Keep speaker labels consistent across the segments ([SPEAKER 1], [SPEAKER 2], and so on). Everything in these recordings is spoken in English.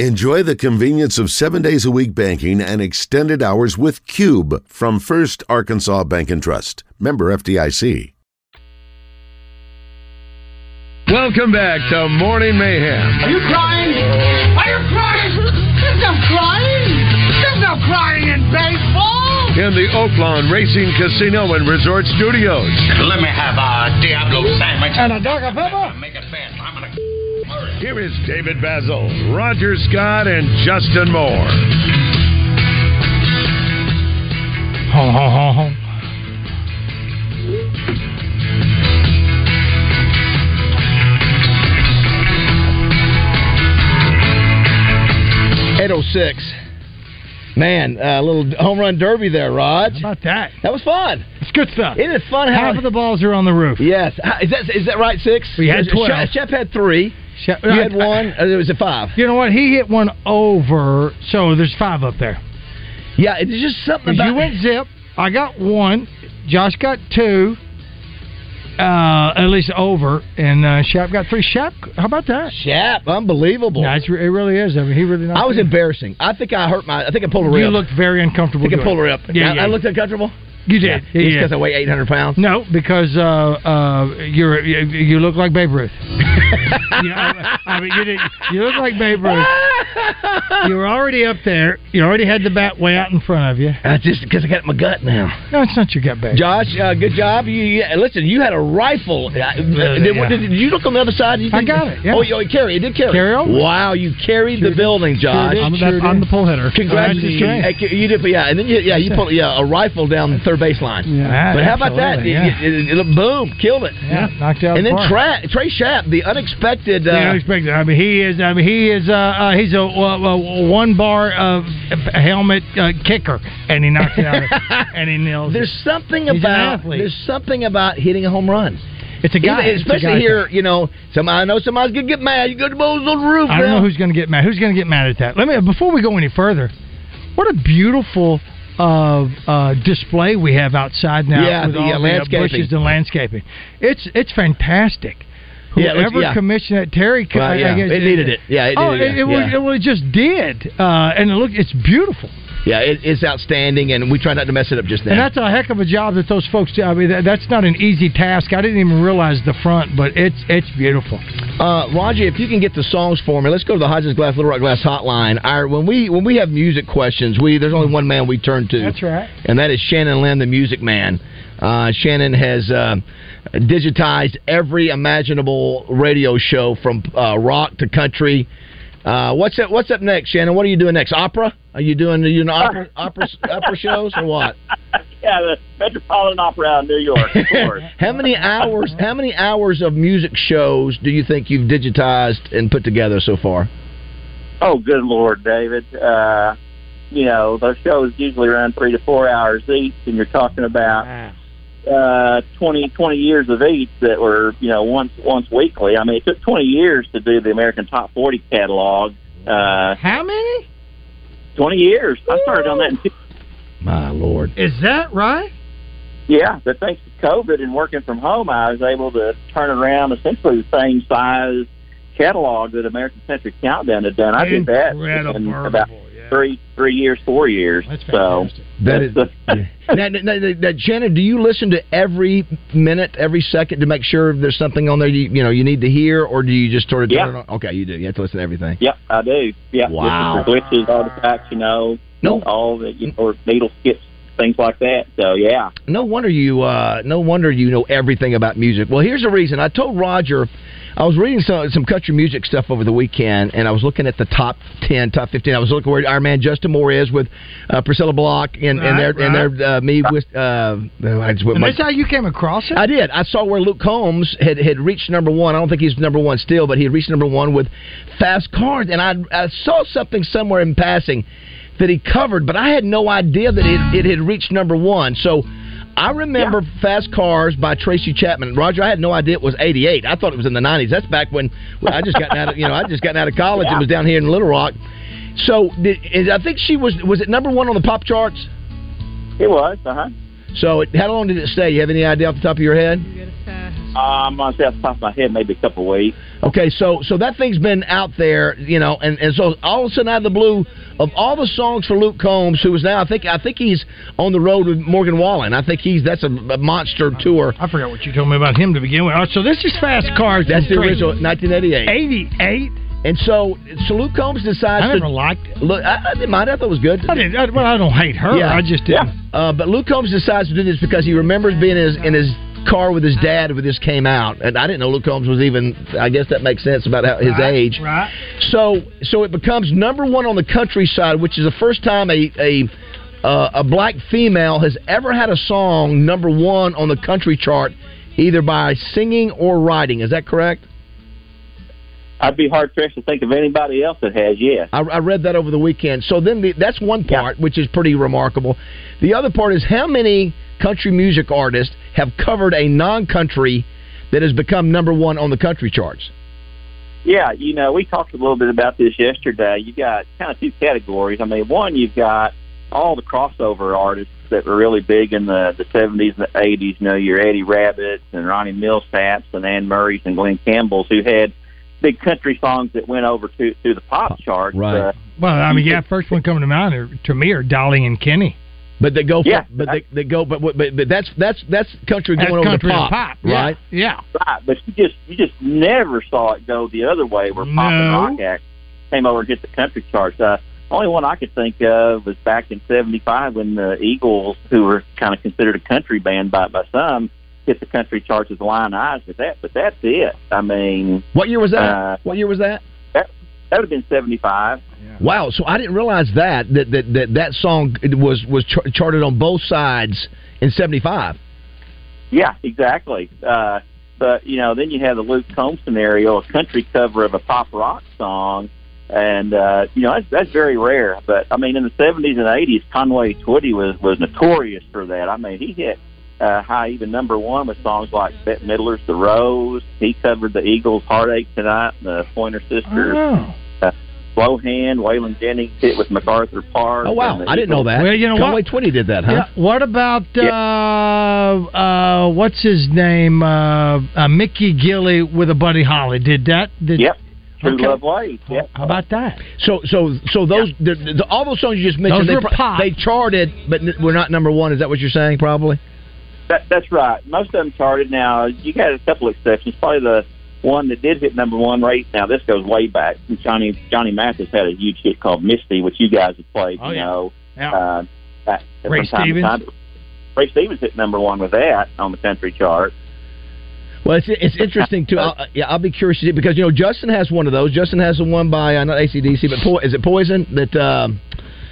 [SPEAKER 1] Enjoy the convenience of seven days a week banking and extended hours with Cube from First Arkansas Bank and Trust. Member FDIC. Welcome back to Morning Mayhem.
[SPEAKER 2] Are you crying? Are you crying? There's no crying. There's no crying in baseball.
[SPEAKER 1] In the Oaklawn Racing Casino and Resort Studios.
[SPEAKER 3] Let me have a Diablo sandwich.
[SPEAKER 2] And a Dr. Pepper?
[SPEAKER 3] Make it fast. I'm gonna.
[SPEAKER 1] Here is David Basil, Roger Scott, and Justin Moore.
[SPEAKER 4] Home, home, home, home.
[SPEAKER 5] Eight oh six. Man, a little home run derby there, Rod. about
[SPEAKER 4] that?
[SPEAKER 5] That was fun.
[SPEAKER 4] It's good stuff.
[SPEAKER 5] It is fun. How
[SPEAKER 4] Half of the balls are on the roof.
[SPEAKER 5] Yes. How- Is that is that right? Six.
[SPEAKER 4] We had
[SPEAKER 5] Sh-
[SPEAKER 4] 12.
[SPEAKER 5] Shep had three. you had one. uh, There was a five.
[SPEAKER 4] You know what? He hit one over, so there's five up there.
[SPEAKER 5] Yeah, it's just
[SPEAKER 4] 'Cause
[SPEAKER 5] something about
[SPEAKER 4] you went zip. I got one. Josh got two. Uh, at least over, and uh, Shap got three. Shap, how about that?
[SPEAKER 5] Shap, unbelievable.
[SPEAKER 4] No, it's, re- it really is. I mean, he really. knocked
[SPEAKER 5] I was
[SPEAKER 4] it.
[SPEAKER 5] embarrassing. I think I hurt my. I think I pulled her
[SPEAKER 4] You
[SPEAKER 5] up.
[SPEAKER 4] looked very
[SPEAKER 5] I
[SPEAKER 4] uncomfortable.
[SPEAKER 5] think I
[SPEAKER 4] doing
[SPEAKER 5] pulled her
[SPEAKER 4] it.
[SPEAKER 5] up.
[SPEAKER 4] Yeah,
[SPEAKER 5] I,
[SPEAKER 4] yeah.
[SPEAKER 5] I looked uncomfortable.
[SPEAKER 4] You did. Yeah,
[SPEAKER 5] Just
[SPEAKER 4] yeah.
[SPEAKER 5] because I weigh eight hundred pounds.
[SPEAKER 4] No, because uh, uh, you're you, you look like Babe Ruth. you, know, I, I mean, you, did, you look like Babe Ruth. You were already up there. You already had the bat way out in front of you.
[SPEAKER 5] I just because I got it in my gut now.
[SPEAKER 4] No, it's not your gut back.
[SPEAKER 5] Josh, uh, good job. You, you listen. You had a rifle. Uh, did,
[SPEAKER 4] yeah.
[SPEAKER 5] did, did you look on the other side? You
[SPEAKER 4] I
[SPEAKER 5] think-
[SPEAKER 4] got it, yeah.
[SPEAKER 5] Oh, you, oh, you carry. It did carry.
[SPEAKER 4] Carry over.
[SPEAKER 5] Wow, you carried the building, Josh.
[SPEAKER 4] did, I'm- sure that's- I'm did. the
[SPEAKER 6] pull hitter.
[SPEAKER 5] Congratulations.
[SPEAKER 4] Oh, that's
[SPEAKER 5] you, you did, yeah, and then you, yeah, you pulled yeah a rifle down the third baseline.
[SPEAKER 4] Ah,
[SPEAKER 5] But how about that?
[SPEAKER 4] absolutely, Yeah.
[SPEAKER 5] You- you- you- boom, killed it.
[SPEAKER 4] Yeah, knocked out.
[SPEAKER 5] And
[SPEAKER 4] the
[SPEAKER 5] then
[SPEAKER 4] park.
[SPEAKER 5] Tra- Trey Shapp, the unexpected. Uh,
[SPEAKER 4] Yeah, unexpected. I mean, he is. I mean, he is. Uh, uh, he's a uh, uh, one bar uh, helmet uh, kicker, and he knocks it out, and he nails. it.
[SPEAKER 5] there's something
[SPEAKER 4] He's an
[SPEAKER 5] about
[SPEAKER 4] athlete.
[SPEAKER 5] there's something about hitting a home run.
[SPEAKER 4] It's a guy,
[SPEAKER 5] Even-
[SPEAKER 4] it's a
[SPEAKER 5] especially
[SPEAKER 4] guy
[SPEAKER 5] here, you know, some I know somebody's gonna get mad. You got the balls on the roof.
[SPEAKER 4] I don't
[SPEAKER 5] now.
[SPEAKER 4] know who's going to get mad. Who's going to get mad at that? Let me before we go any further. What a beautiful uh, uh, display we have outside now
[SPEAKER 5] Yeah,
[SPEAKER 4] with
[SPEAKER 5] the,
[SPEAKER 4] all
[SPEAKER 5] uh,
[SPEAKER 4] the uh,
[SPEAKER 5] landscaping.
[SPEAKER 4] bushes and landscaping. It's it's fantastic.
[SPEAKER 5] Yeah, it
[SPEAKER 4] Whoever
[SPEAKER 5] looks- yeah.
[SPEAKER 4] commissioned that, Terry, co-
[SPEAKER 5] Right,
[SPEAKER 4] I- I
[SPEAKER 5] yeah.
[SPEAKER 4] guess-
[SPEAKER 5] It needed it. Yeah, it
[SPEAKER 4] oh,
[SPEAKER 5] needed it,
[SPEAKER 4] it, was-
[SPEAKER 5] yeah.
[SPEAKER 4] it, well, it just did, uh, and it look, it's beautiful.
[SPEAKER 5] Yeah, it, it's outstanding, and we try not to mess it up just now.
[SPEAKER 4] And that's a heck of a job that those folks do. I mean, that, that's not an easy task. I didn't even realize the front, but it's it's beautiful.
[SPEAKER 5] Uh, Roger, if you can get the songs for me, let's go to the Hodges Glass Little Rock Glass Hotline. Our, when we when we have music questions, we there's only one man we turn to,
[SPEAKER 4] right.
[SPEAKER 5] and that is Shannon Lynn, the Music Man. Uh, Shannon has uh, digitized every imaginable radio show from uh, rock to country. Uh, what's up? What's up next, Shannon? What are you doing next? Opera? Are you doing are you doing opera opera, opera shows or what?
[SPEAKER 7] Yeah, the Metropolitan Opera out in New York, of course.
[SPEAKER 5] How many hours? How many hours of music shows do you think you've digitized and put together so far?
[SPEAKER 7] oh, good Lord, David. Uh, you know, those shows usually run three to four hours each, and you're talking about uh, 20, 20 years of each that were, you know, once once weekly. I mean, it took 20 years to do the American Top 40 catalog. Uh,
[SPEAKER 4] How many
[SPEAKER 7] 20 years. I started on that in
[SPEAKER 5] My lord.
[SPEAKER 4] is that right?
[SPEAKER 7] Yeah, but thanks to COVID and working from home, I was able to turn around essentially the same size catalog that American Century Countdown had done. I did that in
[SPEAKER 4] Incredible.
[SPEAKER 7] about
[SPEAKER 4] yeah.
[SPEAKER 7] three, three years, four years.
[SPEAKER 4] That's
[SPEAKER 7] so
[SPEAKER 4] fantastic.
[SPEAKER 5] That is.
[SPEAKER 7] that's the-
[SPEAKER 5] Now, now, now, now, Shannon, do you listen to every minute, every second to make sure there's something on there you, you know you need to hear, or do you just sort of turn
[SPEAKER 7] Yeah.
[SPEAKER 5] it on? Okay, you do. You have to listen to everything.
[SPEAKER 7] yep, I do. Yeah,
[SPEAKER 5] Wow.
[SPEAKER 7] just the glitches, all the facts, you know,
[SPEAKER 5] No.
[SPEAKER 7] all the you know, or needle skips, things like that. So yeah,
[SPEAKER 5] No wonder you. Uh, no wonder you know everything about music. Well, here's the reason. I told Roger, I was reading some some country music stuff over the weekend, and I was looking at the top ten, top fifteen. I was looking where our man Justin Moore is with uh, Priscilla Block and and their
[SPEAKER 4] Right,
[SPEAKER 5] and their uh, me with uh, I just went
[SPEAKER 4] And
[SPEAKER 5] my-
[SPEAKER 4] that's how you came across it.
[SPEAKER 5] I did. I saw where Luke Combs had, had reached number one. I don't think he's number one still, but he had reached number one with Fast Cars. And I, I saw something somewhere in passing that he covered, but I had no idea that it, it had reached number one. So I remember Fast Cars by Tracy Chapman. Roger, I had no idea it was 88. I thought it was in the 90s. That's back when well, I just gotten out of, you know, I just gotten out of college and was down here in Little Rock. So did, and I think she was, was it number one on the pop charts?
[SPEAKER 7] it was. Uh huh.
[SPEAKER 5] So it, how long did it stay? You have any idea off the top of your head?
[SPEAKER 7] Uh, I'm gonna say off the top of my head, maybe a couple of weeks.
[SPEAKER 5] Okay, so so that thing's been out there, you know, and, and so all of a sudden out of the blue, of all the songs for Luke Combs, who is now I think I think he's on the road with Morgan Wallen. I think he's that's a, a monster tour.
[SPEAKER 4] I forgot what you told me about him to begin with. Oh, so this is Fast Cars.
[SPEAKER 5] That's the
[SPEAKER 4] Crazy.
[SPEAKER 5] original 1988.
[SPEAKER 4] 88.
[SPEAKER 5] And so, so Luke Combs decides
[SPEAKER 4] I
[SPEAKER 5] to
[SPEAKER 4] never liked it.
[SPEAKER 5] look. I, I didn't mind. I thought it was good.
[SPEAKER 4] I didn't, I, well, I don't hate her.
[SPEAKER 5] Yeah.
[SPEAKER 4] I just didn't.
[SPEAKER 5] Uh, but Luke Combs decides to do this because he remembers being in his, in his car with his dad when this came out, and I didn't know Luke Combs was even. I guess that makes sense about how, his age.
[SPEAKER 4] Right.
[SPEAKER 5] So, so it becomes number one on the countryside, which is the first time a a uh, a black female has ever had a song number one on the country chart, either by singing or writing. Is that correct?
[SPEAKER 7] I'd be hard pressed to think of anybody else that has. Yes.
[SPEAKER 5] I, I read that over the weekend. So then the, that's one part, which is pretty remarkable. The other part is how many country music artists have covered a non-country that has become number one on the country charts.
[SPEAKER 7] Yeah, you know, we talked a little bit about this yesterday. You got kind of two categories. I mean, one you've got all the crossover artists that were really big in the the seventies and the eighties. You know, your Eddie Rabbits and Ronnie Millsaps and Ann Murray's and Glenn Campbell's, who had big country songs that went over to to the pop charts.
[SPEAKER 5] Right.
[SPEAKER 7] Uh,
[SPEAKER 4] Well, I mean, yeah, first one coming to mind are, to me are Dolly and Kenny.
[SPEAKER 5] But they go, for,
[SPEAKER 7] Yeah.
[SPEAKER 5] but they, they go, but, but but that's that's that's country
[SPEAKER 4] That's
[SPEAKER 5] going over
[SPEAKER 4] country
[SPEAKER 5] to
[SPEAKER 4] and
[SPEAKER 5] pop,
[SPEAKER 4] pop. Yeah,
[SPEAKER 5] right?
[SPEAKER 4] Yeah.
[SPEAKER 7] Right, but you just you just never saw it go the other way where pop and
[SPEAKER 4] No.
[SPEAKER 7] rock act came over and hit the country charts. Uh, only one I could think of was back in '75 when the Eagles, who were kind of considered a country band by by some, hit the country charts as Lion Eyes with that. But that's it. I mean,
[SPEAKER 5] What year was that?
[SPEAKER 7] Uh,
[SPEAKER 5] what year was that?
[SPEAKER 7] that would have been '75.
[SPEAKER 5] Wow! So I didn't realize that that that that, that song was was char- charted on both sides in '75.
[SPEAKER 7] Yeah, exactly. Uh, but you know, then you have the Luke Combs scenario, a country cover of a pop rock song, and uh, you know that's, that's very rare. But I mean, in the seventies and eighties, Conway Twitty was was notorious for that. I mean, he hit uh, high even number one with songs like Bette Midler's "The Rose." He covered the Eagles' "Heartache Tonight," and the Pointer Sisters. uh,
[SPEAKER 4] Oh.
[SPEAKER 7] Blowhand, Waylon Jennings hit with MacArthur Park.
[SPEAKER 5] Oh wow!
[SPEAKER 7] and the
[SPEAKER 5] I didn't know
[SPEAKER 7] Eagles-
[SPEAKER 5] that.
[SPEAKER 4] Well, you know
[SPEAKER 5] Conway
[SPEAKER 4] what?
[SPEAKER 5] Twitty did that, huh?
[SPEAKER 4] Yeah. What about uh,
[SPEAKER 7] Yeah.
[SPEAKER 4] uh, what's his name? Uh, uh, Mickey Gilly with a Buddy Holly. Did that? Did,
[SPEAKER 7] Yep, True
[SPEAKER 4] Okay.
[SPEAKER 7] Love Ways. Yep.
[SPEAKER 4] How about that?
[SPEAKER 5] So, so, so those the, the, all those songs you just mentioned,
[SPEAKER 4] Those
[SPEAKER 5] they,
[SPEAKER 4] were pop.
[SPEAKER 5] they charted, but n- we're not number one. Is that what you're saying? Probably.
[SPEAKER 7] That, that's right. Most of them charted. Now you got a couple exceptions. Probably the one that did hit number one right now. This goes way back. Johnny Johnny Mathis had a huge hit called Misty, which you guys have played.
[SPEAKER 4] Oh,
[SPEAKER 7] you
[SPEAKER 4] yeah.
[SPEAKER 7] know,
[SPEAKER 4] Yeah.
[SPEAKER 7] uh, back
[SPEAKER 4] Ray
[SPEAKER 7] from time to
[SPEAKER 4] Stevens.
[SPEAKER 7] time. Ray Stevens hit number one with that on the country chart.
[SPEAKER 5] Well, it's, it's interesting too.
[SPEAKER 4] Uh,
[SPEAKER 5] I'll, yeah, I'll be curious to see because you know Justin has one of those. Justin has the one by uh, not ACDC, but po- is it Poison that um,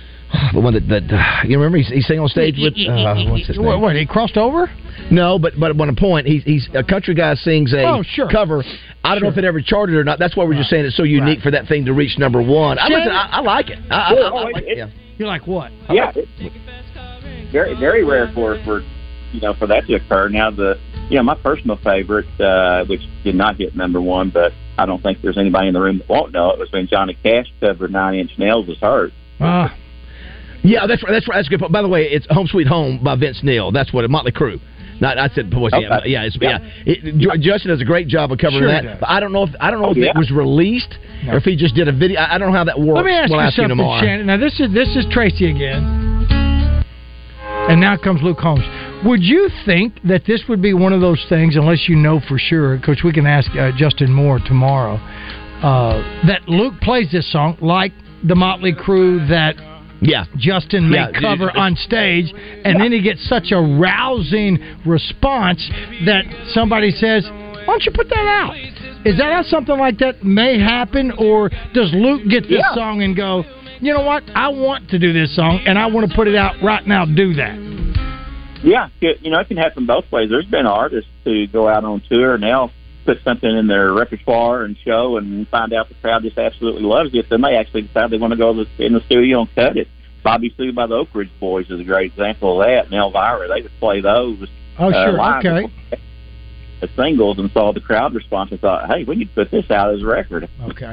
[SPEAKER 5] the one that, that uh, you remember he's, he's sang on stage with uh, what's his
[SPEAKER 4] what,
[SPEAKER 5] name?
[SPEAKER 4] what, he crossed over?
[SPEAKER 5] No, but but on a point, he's he's a country guy sings a
[SPEAKER 4] Oh, sure.
[SPEAKER 5] cover. I don't know if it ever charted or not. That's why we're just saying it's so unique for that thing to reach number one. I,
[SPEAKER 4] Sure.
[SPEAKER 5] listen, I, I like it. I, I,
[SPEAKER 7] Yeah,
[SPEAKER 5] I, I
[SPEAKER 7] oh, it-
[SPEAKER 5] like it.
[SPEAKER 7] it-
[SPEAKER 5] Yeah.
[SPEAKER 4] You're like what?
[SPEAKER 7] yeah, it's very very rare for for you know for that to occur. Now the you know my personal favorite, uh, which did not hit number one, but I don't think there's anybody in the room that won't know it was when Johnny Cash covered Nine Inch Nails was hurt.
[SPEAKER 4] Uh,
[SPEAKER 5] Ah. Yeah, that's right. That's right. That's a good. point. By the way, it's "Home Sweet Home" by Vince Neil. That's what Motley Crue. Not, I said boys. Yeah,
[SPEAKER 7] Okay.
[SPEAKER 5] yeah, it's, yeah. It- Ju- Justin does a great job of covering
[SPEAKER 4] Sure he does.
[SPEAKER 5] that. But I don't know if I don't know
[SPEAKER 7] Oh,
[SPEAKER 5] if
[SPEAKER 7] yeah.
[SPEAKER 5] it was released or if he just did a video. I, I don't know how that works.
[SPEAKER 4] let me ask
[SPEAKER 5] we'll
[SPEAKER 4] you
[SPEAKER 5] ask you
[SPEAKER 4] something,
[SPEAKER 5] tomorrow.
[SPEAKER 4] Shannon. Now this is this is Tracy again, and now comes Luke Holmes. Would you think that this would be one of those things, unless you know for sure, because we can ask uh, Justin Moore tomorrow, uh, that Luke plays this song like the Motley Crue that
[SPEAKER 5] Yeah,
[SPEAKER 4] Justin may
[SPEAKER 5] Yeah, you-
[SPEAKER 4] cover on stage, and then he gets such a rousing response that somebody says, "Why don't you put that out?" Is that how something like that may happen, or does Luke get this
[SPEAKER 7] Yeah.
[SPEAKER 4] song and go, "You know what? I want to do this song, and I want to put it out right now. Do that."
[SPEAKER 7] Yeah, it- you know it can happen both ways. There's been artists who go out on tour and they'll put something in their repertoire and show and find out the crowd just absolutely loves it. They may actually decide they want to go to the- in the studio and cut it. Bobby Sue by the Oak Ridge Boys is a great example of that, and Elvira they would play those
[SPEAKER 4] Oh,
[SPEAKER 7] uh,
[SPEAKER 4] sure,
[SPEAKER 7] live
[SPEAKER 4] okay.
[SPEAKER 7] as singles and saw the crowd response and thought, hey, we need to put this out as a record.
[SPEAKER 4] Okay.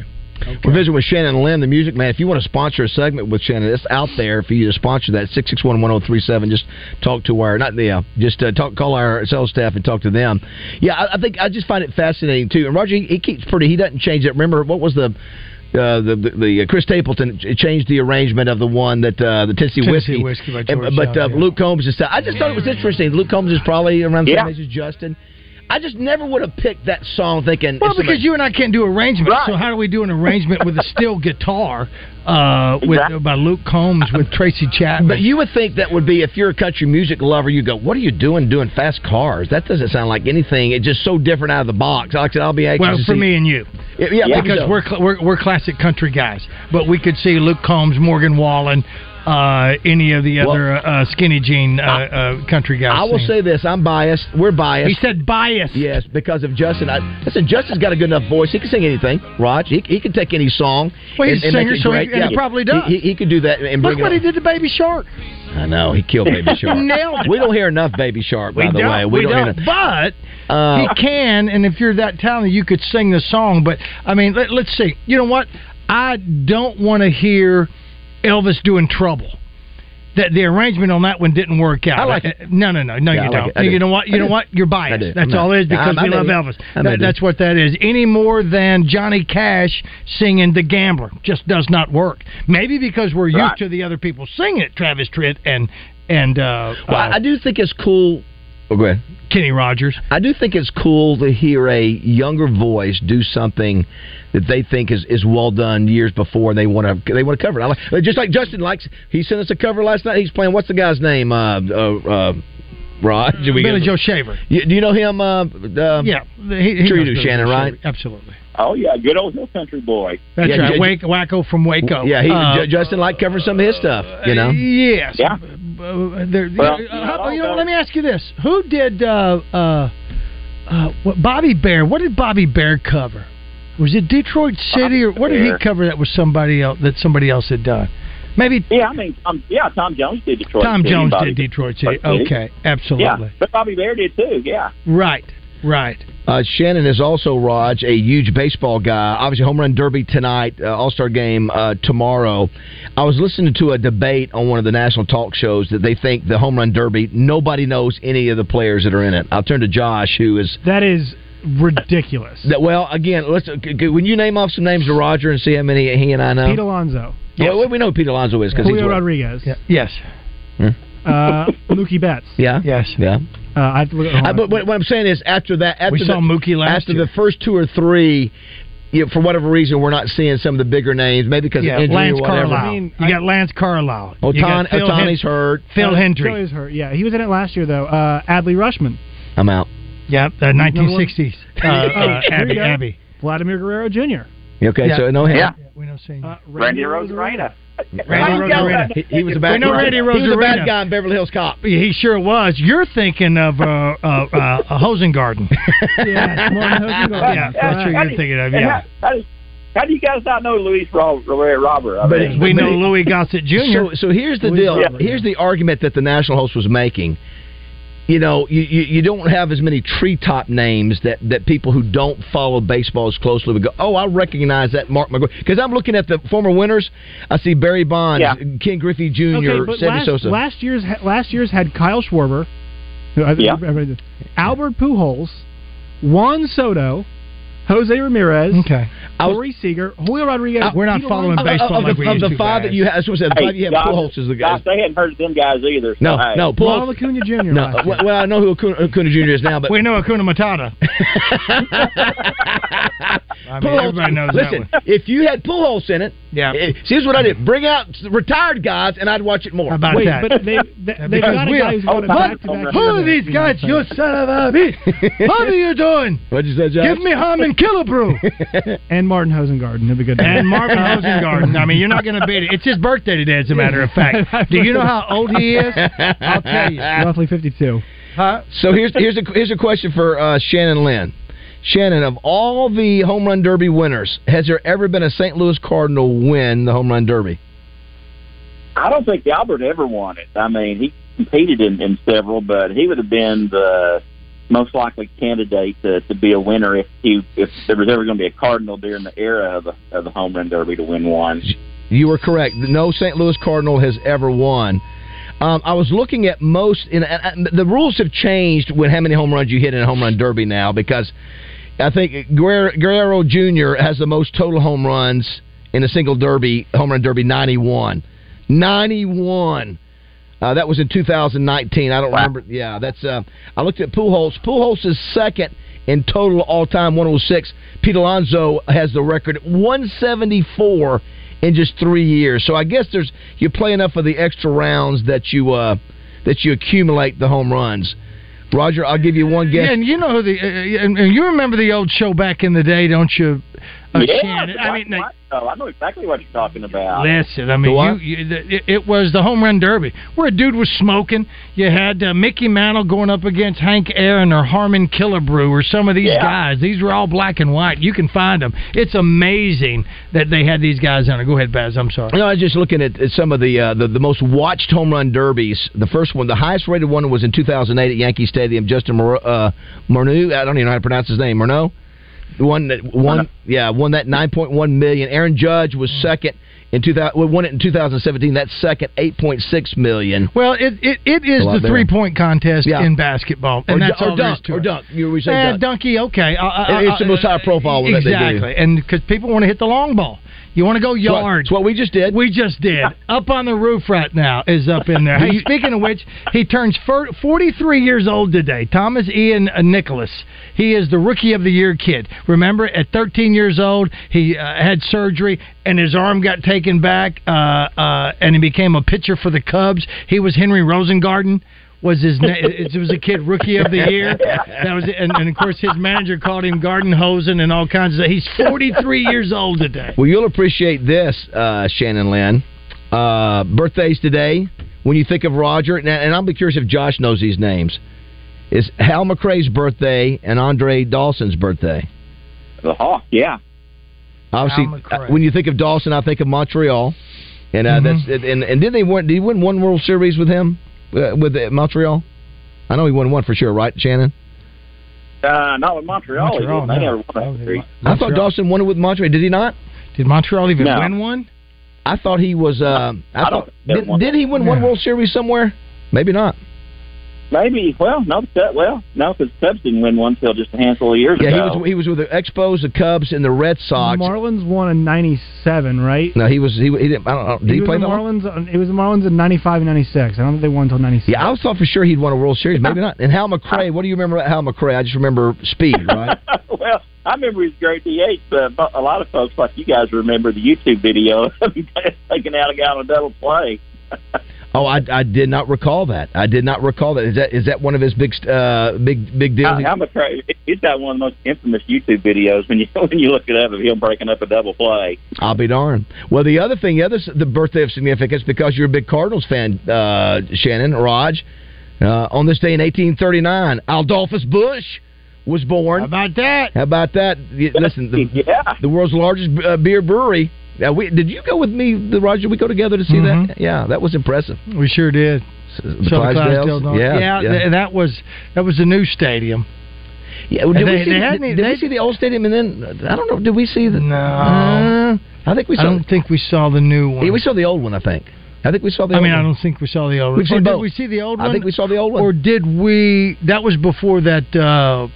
[SPEAKER 5] We're visiting with Shannon Lynn, the music man. If you want to sponsor a segment with Shannon, it's out there for you to sponsor that six six one one zero three seven. Just talk to our not the uh, just uh, talk call our sales staff and talk to them. Yeah, I, I think I just find it fascinating too. And Roger, he, he keeps pretty. He doesn't change it. Remember what was the. Uh, the the, the uh, Chris Stapleton ch- changed the arrangement of the one that uh, the Tennessee,
[SPEAKER 4] Tennessee
[SPEAKER 5] whiskey,
[SPEAKER 4] Whiskey by
[SPEAKER 5] And-
[SPEAKER 4] George
[SPEAKER 5] but uh,
[SPEAKER 4] Stout, yeah.
[SPEAKER 5] Luke Combs is. I just thought it was interesting. Luke Combs is probably around the
[SPEAKER 4] Yeah.
[SPEAKER 5] same age as Justin. I just never would have picked that song thinking.
[SPEAKER 4] Well,
[SPEAKER 5] it's about-
[SPEAKER 4] because you and I can't do arrangements,
[SPEAKER 5] Right.
[SPEAKER 4] so how do we do an arrangement with a steel guitar uh, with
[SPEAKER 5] Exactly.
[SPEAKER 4] by Luke Combs with Tracy Chapman?
[SPEAKER 5] But you would think that would be if you're a country music lover, you go, "What are you doing doing fast cars? That doesn't sound like anything. It's just so different out of the box." Like I said, I'll be anxious
[SPEAKER 4] Well,
[SPEAKER 5] to
[SPEAKER 4] for
[SPEAKER 5] see-
[SPEAKER 4] me and you,
[SPEAKER 5] Yeah, yeah, I think
[SPEAKER 4] because
[SPEAKER 5] so.
[SPEAKER 4] we're, cl- we're we're classic country guys, but we could see Luke Combs, Morgan Wallen, uh, any of the other uh, skinny jean uh, uh, country guys.
[SPEAKER 5] I will
[SPEAKER 4] singing.
[SPEAKER 5] say this: I'm biased. We're biased.
[SPEAKER 4] He said biased.
[SPEAKER 5] Yes, because of Justin. I, listen, Justin's got a good enough voice. He can sing anything. Rog, he, he can take any song.
[SPEAKER 4] Well, he's
[SPEAKER 5] and-
[SPEAKER 4] a
[SPEAKER 5] and
[SPEAKER 4] singer,
[SPEAKER 5] make it
[SPEAKER 4] so he-
[SPEAKER 5] great.
[SPEAKER 4] and he probably does.
[SPEAKER 5] He, he, he could do that and bring
[SPEAKER 4] Look what
[SPEAKER 5] it
[SPEAKER 4] he
[SPEAKER 5] up.
[SPEAKER 4] did to Baby Shark.
[SPEAKER 5] I know he killed Baby Shark.
[SPEAKER 4] Nailed it.
[SPEAKER 5] we don't hear enough Baby Shark, by
[SPEAKER 4] we
[SPEAKER 5] the
[SPEAKER 4] don't,
[SPEAKER 5] way.
[SPEAKER 4] We,
[SPEAKER 5] We,
[SPEAKER 4] don't.
[SPEAKER 5] hear enough.
[SPEAKER 4] but
[SPEAKER 5] Uh,
[SPEAKER 4] he can, and if you're that talented, you could sing the song. But I mean, let, let's see. You know what? I don't want to hear Elvis doing trouble. That the arrangement on that one didn't work out.
[SPEAKER 5] I like it.
[SPEAKER 4] Uh, No, no, no, no.
[SPEAKER 5] Yeah, I
[SPEAKER 4] you
[SPEAKER 5] like
[SPEAKER 4] don't.
[SPEAKER 5] it. I do.
[SPEAKER 4] you know what? You
[SPEAKER 5] I
[SPEAKER 4] know
[SPEAKER 5] do.
[SPEAKER 4] what? You're
[SPEAKER 5] I do.
[SPEAKER 4] biased. That's
[SPEAKER 5] I'm
[SPEAKER 4] all
[SPEAKER 5] not-
[SPEAKER 4] it is because
[SPEAKER 5] I- I
[SPEAKER 4] we
[SPEAKER 5] may
[SPEAKER 4] love
[SPEAKER 5] be.
[SPEAKER 4] Elvis.
[SPEAKER 5] I may
[SPEAKER 4] That,
[SPEAKER 5] be.
[SPEAKER 4] that's what that is. Any more than Johnny Cash singing "The Gambler" just does not work. Maybe because we're used
[SPEAKER 5] Right.
[SPEAKER 4] to the other people singing it, Travis Tritt and and uh,
[SPEAKER 5] Well,
[SPEAKER 4] uh,
[SPEAKER 5] I I do think it's cool. Oh, go ahead.
[SPEAKER 4] Kenny Rogers.
[SPEAKER 5] I do think it's cool to hear a younger voice do something that they think is, is well done years before they want to they want to cover it. I like, uh, just like Justin likes, he sent us a cover last night. He's playing what's the guy's name? Uh, uh, uh, Rod. Did we get-
[SPEAKER 4] Billy Joe Shaver.
[SPEAKER 5] You- do you know him? Uh, uh,
[SPEAKER 4] Yeah, he, he
[SPEAKER 5] sure you
[SPEAKER 4] knows
[SPEAKER 5] do,
[SPEAKER 4] Billy
[SPEAKER 5] Shannon.
[SPEAKER 4] Joe
[SPEAKER 5] Right?
[SPEAKER 4] Shaver. Absolutely.
[SPEAKER 7] Oh yeah, good old hill country boy.
[SPEAKER 4] That's
[SPEAKER 5] Yeah,
[SPEAKER 4] right.
[SPEAKER 5] Ju-
[SPEAKER 4] Wake, wacko from Waco.
[SPEAKER 5] Yeah, he,
[SPEAKER 4] Uh,
[SPEAKER 5] Ju- Justin liked covering some of his stuff. You know.
[SPEAKER 4] Yes.
[SPEAKER 7] Yeah.
[SPEAKER 4] Uh, there-
[SPEAKER 7] Well,
[SPEAKER 4] uh,
[SPEAKER 7] you know,
[SPEAKER 4] how about- you know,
[SPEAKER 7] although-
[SPEAKER 4] let me ask you this: Who did uh, uh, uh, what, Bobby Bear? What did Bobby Bear cover? Was it Detroit City, or what did
[SPEAKER 7] Bear.
[SPEAKER 4] he cover that was somebody else that somebody else had done? Maybe
[SPEAKER 7] Yeah, I mean, um, yeah, Tom Jones did Detroit.
[SPEAKER 4] Tom
[SPEAKER 7] City,
[SPEAKER 4] Jones
[SPEAKER 7] Bobby
[SPEAKER 4] did Detroit City.
[SPEAKER 7] City.
[SPEAKER 4] Okay,
[SPEAKER 7] Yeah,
[SPEAKER 4] absolutely.
[SPEAKER 7] but Bobby Bear did too. Yeah.
[SPEAKER 4] Right, right.
[SPEAKER 5] Uh, Shannon is also Raj, a huge baseball guy. Obviously, home run derby tonight, uh, All Star game uh, tomorrow. I was listening to a debate on one of the national talk shows that they think the home run derby. Nobody knows any of the players that are in it. I'll turn to Josh, who is
[SPEAKER 6] That is ridiculous.
[SPEAKER 5] that. Well, again, let's g- g- when you name off some names to Roger and see how many he and I know.
[SPEAKER 6] Pete Alonso,
[SPEAKER 5] yeah, well, we know who Pete Alonso is because he's
[SPEAKER 6] Julio
[SPEAKER 5] what- Hmm?
[SPEAKER 6] Rodriguez,
[SPEAKER 4] Yes,
[SPEAKER 6] uh, Mookie Betts.
[SPEAKER 5] yeah,
[SPEAKER 4] yes.
[SPEAKER 5] yeah.
[SPEAKER 6] Uh, I have to look at
[SPEAKER 5] I, but what, what I'm saying is, after that, after
[SPEAKER 4] We saw
[SPEAKER 5] the,
[SPEAKER 4] Mookie last
[SPEAKER 5] after
[SPEAKER 4] year.
[SPEAKER 5] the first two or three, you know, for whatever reason, we're not seeing some of the bigger names, maybe because
[SPEAKER 4] Yeah,
[SPEAKER 5] of injury
[SPEAKER 4] Lance
[SPEAKER 5] or whatever.
[SPEAKER 4] Carlisle. you got Lance Carlisle. You got
[SPEAKER 5] Otani,
[SPEAKER 4] Phil Hen-
[SPEAKER 5] Otani's hurt.
[SPEAKER 4] Phil
[SPEAKER 6] Uh,
[SPEAKER 4] Hendry.
[SPEAKER 6] Phil is hurt. Yeah, he was in it last year though. Uh, Adley Rushman,
[SPEAKER 5] I'm out.
[SPEAKER 4] Yeah, the 1960s. Uh,
[SPEAKER 6] Here
[SPEAKER 4] uh,
[SPEAKER 6] we
[SPEAKER 4] Abby,
[SPEAKER 6] go.
[SPEAKER 4] Abby.
[SPEAKER 6] Vladimir Guerrero Jr.
[SPEAKER 5] You Okay,
[SPEAKER 4] Yeah.
[SPEAKER 5] so no him.
[SPEAKER 7] Yeah.
[SPEAKER 4] We know
[SPEAKER 6] Uh,
[SPEAKER 7] Randy Rosarena.
[SPEAKER 4] Randy Rosarena.
[SPEAKER 5] He, he was a
[SPEAKER 4] We
[SPEAKER 5] bad.
[SPEAKER 4] know
[SPEAKER 5] guy.
[SPEAKER 4] Randy
[SPEAKER 5] he was a
[SPEAKER 4] Rosarena.
[SPEAKER 5] bad guy in Beverly Hills Cop.
[SPEAKER 4] He sure was. You're thinking of uh, uh, uh, a Hosengarten.
[SPEAKER 6] Yeah, Martin Hosengarten.
[SPEAKER 4] yeah, that's what you're thinking of. Yeah,
[SPEAKER 7] How, do- how do you guys not know Luis Ro- Robert? Robert? I
[SPEAKER 5] But
[SPEAKER 7] mean,
[SPEAKER 4] we know Louis Gossett Jr.
[SPEAKER 5] So, so here's the deal.
[SPEAKER 7] Yeah.
[SPEAKER 5] Here's the argument that the national host was making. You know, you, you, you don't have as many treetop names that, that people who don't follow baseball as closely would go, oh, I recognize that Mark McGuire. Because I'm looking at the former winners. I see Barry Bonds,
[SPEAKER 7] Yeah.
[SPEAKER 5] Ken Griffey Jr.,
[SPEAKER 6] Okay, but
[SPEAKER 5] Sammy
[SPEAKER 6] last,
[SPEAKER 5] Sosa.
[SPEAKER 6] last year's ha- last year's had Kyle Schwarber, who I-
[SPEAKER 7] Yeah.
[SPEAKER 6] I- Albert Pujols, Juan Soto, Jose Ramirez,
[SPEAKER 4] okay,
[SPEAKER 5] I was-
[SPEAKER 6] Corey Seager, Julio Rodriguez.
[SPEAKER 5] Uh,
[SPEAKER 4] we're not
[SPEAKER 6] Pete
[SPEAKER 4] following
[SPEAKER 6] Alonso.
[SPEAKER 4] baseball
[SPEAKER 5] of,
[SPEAKER 4] like
[SPEAKER 5] the,
[SPEAKER 4] we
[SPEAKER 5] of
[SPEAKER 4] used
[SPEAKER 5] the
[SPEAKER 4] to,
[SPEAKER 5] five
[SPEAKER 4] guys.
[SPEAKER 5] that you have, I was the
[SPEAKER 7] hey,
[SPEAKER 5] five you have,
[SPEAKER 7] Doc-
[SPEAKER 5] Pujols is the guy.
[SPEAKER 7] Doc, they hadn't heard of them guys either. So,
[SPEAKER 5] No,
[SPEAKER 7] hey.
[SPEAKER 5] no, Pujols.
[SPEAKER 6] Ronald Acuna Jr.
[SPEAKER 5] No,
[SPEAKER 6] last year.
[SPEAKER 5] well, I know who Acuna, Acuna Jr. is now, but
[SPEAKER 4] we know Akuna Matata. I mean,
[SPEAKER 5] Pujols-
[SPEAKER 4] everybody knows that
[SPEAKER 5] Listen, if you had Pujols in it,
[SPEAKER 4] Yeah.
[SPEAKER 5] eh, see, here's what I did: bring out retired guys, and I'd watch it more.
[SPEAKER 4] How about
[SPEAKER 6] Wait,
[SPEAKER 4] that?
[SPEAKER 6] but they, they, they've
[SPEAKER 4] Because
[SPEAKER 6] got a
[SPEAKER 4] we
[SPEAKER 6] guy
[SPEAKER 4] are-
[SPEAKER 6] who's going
[SPEAKER 7] Oh,
[SPEAKER 6] back to
[SPEAKER 7] what?
[SPEAKER 6] back.
[SPEAKER 4] Who are these guys? You son of a bitch! What are you doing?
[SPEAKER 5] What'd you say, Josh?
[SPEAKER 4] Give me hum and kill a brew.
[SPEAKER 6] And Martin Hosengarden. He'll be good.
[SPEAKER 4] and Marvin Rosengarten. I mean, you're not going to beat it. It's his birthday today, as a matter of fact. Do you know how old he is? I'll tell you.
[SPEAKER 6] roughly 52.
[SPEAKER 4] Huh?
[SPEAKER 5] So here's here's a here's a question for uh, Shannon Lynn. Shannon, of all the home run derby winners, has there ever been a St. Louis Cardinal win the home run derby?
[SPEAKER 7] I don't think Albert ever won it. I mean, he competed in, in several, but he would have been the most likely candidate to, to be a winner if he if there was ever going to be a Cardinal during the era of the, of the home run derby to win one.
[SPEAKER 5] You were correct. No St. Louis Cardinal has ever won. Um, I was looking at most, and, and, and the rules have changed with how many home runs you hit in a home run derby now because I think Guerrero, Guerrero Jr. has the most total home runs in a single derby, home run derby, 91. 91. Uh, that was in 2019. I don't remember. Yeah, that's. Uh, I looked at Pujols. Pujols is second in total all time, 106. Pete Alonso has the record, 174 in just three years. So I guess there's you play enough of the extra rounds that you uh, that you accumulate the home runs. Roger, I'll give you one guess.
[SPEAKER 4] Yeah, and you know who the uh, and, and you remember the old show back in the day, don't you?
[SPEAKER 5] Oh,
[SPEAKER 4] Uh, Shannon? I mean,
[SPEAKER 7] I, Oh, I know exactly what you're talking
[SPEAKER 5] Uh,
[SPEAKER 7] about.
[SPEAKER 4] Listen, I mean,
[SPEAKER 7] Do I?
[SPEAKER 4] you, you, the, it, it was the home run derby where a dude was smoking. You had uh, Mickey Mantle going up against Hank Aaron or Harmon Killebrew or some of these
[SPEAKER 8] Yeah.
[SPEAKER 4] guys. These were all black and white. You can find them. It's amazing that they had these guys on it. Go ahead, Baz. I'm sorry.
[SPEAKER 5] No, I was just looking at, at some of the, uh, the the most watched home run derbies. The first one, the highest rated one, was in 2008 at Yankee Stadium. Justin Mar- uh, Marneau, I don't even know how to pronounce his name. Marneau, the one that won, yeah, won that 9.1 million. Aaron Judge was second in 2000. well, Won it in 2017. That's second, 8.6 million.
[SPEAKER 4] Well, it it, it
[SPEAKER 5] A
[SPEAKER 4] is
[SPEAKER 5] lot
[SPEAKER 4] the
[SPEAKER 5] there.
[SPEAKER 4] three point contest
[SPEAKER 5] Yeah.
[SPEAKER 4] in basketball, and
[SPEAKER 5] or,
[SPEAKER 4] that's
[SPEAKER 5] du-
[SPEAKER 4] all
[SPEAKER 5] or
[SPEAKER 4] there is
[SPEAKER 5] dunk,
[SPEAKER 4] to
[SPEAKER 5] or
[SPEAKER 4] it.
[SPEAKER 5] dunk. You always say
[SPEAKER 4] Eh,
[SPEAKER 5] dunk.
[SPEAKER 4] Donkey, okay. I, I,
[SPEAKER 5] It's the
[SPEAKER 4] I-
[SPEAKER 5] most high profile one
[SPEAKER 4] exactly.
[SPEAKER 5] that they do.
[SPEAKER 4] and because people want to hit the long ball. You want to go
[SPEAKER 5] what-
[SPEAKER 4] yard.
[SPEAKER 5] it's what we just did.
[SPEAKER 4] We just did. up on the roof right now is up in there. Hey, speaking of which, he turns fir- 43 years old today. Thomas Ian uh, Nicholas. He is the rookie of the year kid. Remember, at 13 years old, he uh, had surgery and his arm got taken back, uh, uh, and he became a pitcher for the Cubs. He was Henry Rosengarten. Was his name? It was a kid rookie of the year. That was, it. and, and of course his manager called him Garden Hosen and all kinds of. He's forty three years old today.
[SPEAKER 5] Well, you'll appreciate this, uh, Shannon Lynn. Uh, birthdays today. When you think of Roger, and, and I'll be curious if Josh knows these names. Is Hal McRae's birthday and Andre Dawson's birthday?
[SPEAKER 7] The Hawk, yeah.
[SPEAKER 5] Obviously, uh, when you think of Dawson, I think of Montreal, and uh, that's and and then they won. Did he win one World Series with him uh, with uh, Montreal? I know he won one for sure, right, Shannon?
[SPEAKER 7] Uh, not with Montreal.
[SPEAKER 4] Montreal,
[SPEAKER 7] they
[SPEAKER 4] no.
[SPEAKER 7] never won that series.
[SPEAKER 5] I thought Dawson won it with Montreal. Did he not?
[SPEAKER 4] Did Montreal even
[SPEAKER 5] No.
[SPEAKER 4] win one?
[SPEAKER 5] I thought he was. Uh, I,
[SPEAKER 7] I don't
[SPEAKER 5] thought
[SPEAKER 7] think they
[SPEAKER 5] did,
[SPEAKER 7] won
[SPEAKER 5] did he win one World Series somewhere? Maybe not.
[SPEAKER 7] Maybe. Well, no. the Cubs- Well, no, because Cubs didn't win one until just a handful of years
[SPEAKER 5] Yeah,
[SPEAKER 7] ago.
[SPEAKER 5] he was he was with the Expos, the Cubs, and the Red Sox.
[SPEAKER 6] Marlins won in '97, right?
[SPEAKER 5] No, he was he, he didn't. I don't know. Did he,
[SPEAKER 6] was
[SPEAKER 5] play
[SPEAKER 6] the
[SPEAKER 5] that one?
[SPEAKER 6] Marlins. It was the Marlins in '95 and '96. I don't think they won until '96.
[SPEAKER 5] Yeah, I thought for sure he'd won a World Series. Maybe not. And Hal McRae, what do you remember about Hal McRae? I just remember speed, right?
[SPEAKER 7] well, I remember his great DH, but but a lot of folks, like you guys, remember the YouTube video of him taking out a guy on a double play.
[SPEAKER 5] oh, I, I did not recall that. I did not recall that. Is that is that one of his big st- uh, big big deals?
[SPEAKER 7] How, how much? He's got one of the most infamous YouTube videos when you when you look it up of him breaking up a double play.
[SPEAKER 5] I'll be darned. Well, the other thing, the other the birthday of significance, because you're a big Cardinals fan, uh, Shannon Raj. Uh, on this day in 1839, Adolphus Bush was born. How
[SPEAKER 4] about that?
[SPEAKER 5] How about that? Y- Listen, the,
[SPEAKER 7] yeah.
[SPEAKER 5] the world's largest uh, beer brewery. Now, we, did you go with me, the Roger? We go together to see that. Yeah, that was impressive. uh,
[SPEAKER 4] We sure did. Show
[SPEAKER 5] The
[SPEAKER 4] the
[SPEAKER 5] Clydesdales?
[SPEAKER 4] Clydesdales on.
[SPEAKER 5] Yeah,
[SPEAKER 4] yeah,
[SPEAKER 5] yeah.
[SPEAKER 4] th- that was that was the new stadium.
[SPEAKER 5] Yeah, well, did
[SPEAKER 4] Mm-hmm. they,
[SPEAKER 5] we see,
[SPEAKER 4] they hadn't
[SPEAKER 5] did
[SPEAKER 4] even-
[SPEAKER 5] we see the old stadium? And then I don't know. Did we see the?
[SPEAKER 4] No.
[SPEAKER 5] Uh, I think we saw.
[SPEAKER 4] I don't think we saw the new one.
[SPEAKER 5] Yeah, we saw the old one. I think. I think we saw the.
[SPEAKER 4] I
[SPEAKER 5] old
[SPEAKER 4] mean,
[SPEAKER 5] one.
[SPEAKER 4] I don't think we saw the old
[SPEAKER 5] We've
[SPEAKER 4] one.
[SPEAKER 5] seen
[SPEAKER 4] Or
[SPEAKER 5] both.
[SPEAKER 4] Did we see the old
[SPEAKER 5] I
[SPEAKER 4] one?
[SPEAKER 5] think we saw the old one.
[SPEAKER 4] Or did we? That was before that uh,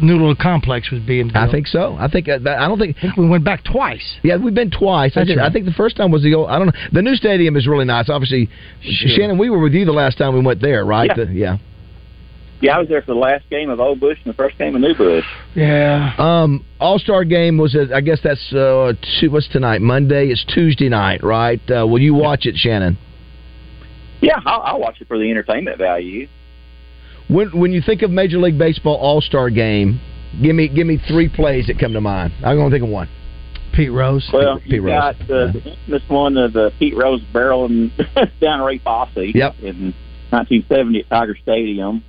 [SPEAKER 4] new little complex was being built.
[SPEAKER 5] I think so. I think uh, that, I don't think,
[SPEAKER 4] we went back twice.
[SPEAKER 5] Yeah, we've been twice. I,
[SPEAKER 4] That's
[SPEAKER 5] think- I
[SPEAKER 4] right.
[SPEAKER 5] think the first time was the old. I don't know. The new stadium is really nice. Obviously,
[SPEAKER 7] Sure.
[SPEAKER 5] Shannon, we were with you the last time we went there, right?
[SPEAKER 7] Yeah.
[SPEAKER 5] The- yeah.
[SPEAKER 7] Yeah, I was there for the last game of Old Bush and the first game of New Bush.
[SPEAKER 4] Yeah.
[SPEAKER 5] Um, All Star Game was. At, I guess that's uh, two, what's tonight? Monday. It's Tuesday night, right? Uh, will you watch it, Shannon?
[SPEAKER 7] Yeah, I'll, I'll watch it for the entertainment value.
[SPEAKER 5] When when you think of Major League Baseball All Star Game, give me give me three plays that come to mind. I'm gonna think of one.
[SPEAKER 4] Pete Rose.
[SPEAKER 7] Well,
[SPEAKER 5] Pete
[SPEAKER 7] you
[SPEAKER 5] Rose.
[SPEAKER 7] got the the infamous one of the Pete Rose barrel and down Ray Fossey
[SPEAKER 5] Yep.
[SPEAKER 7] in 1970 at Tiger Stadium.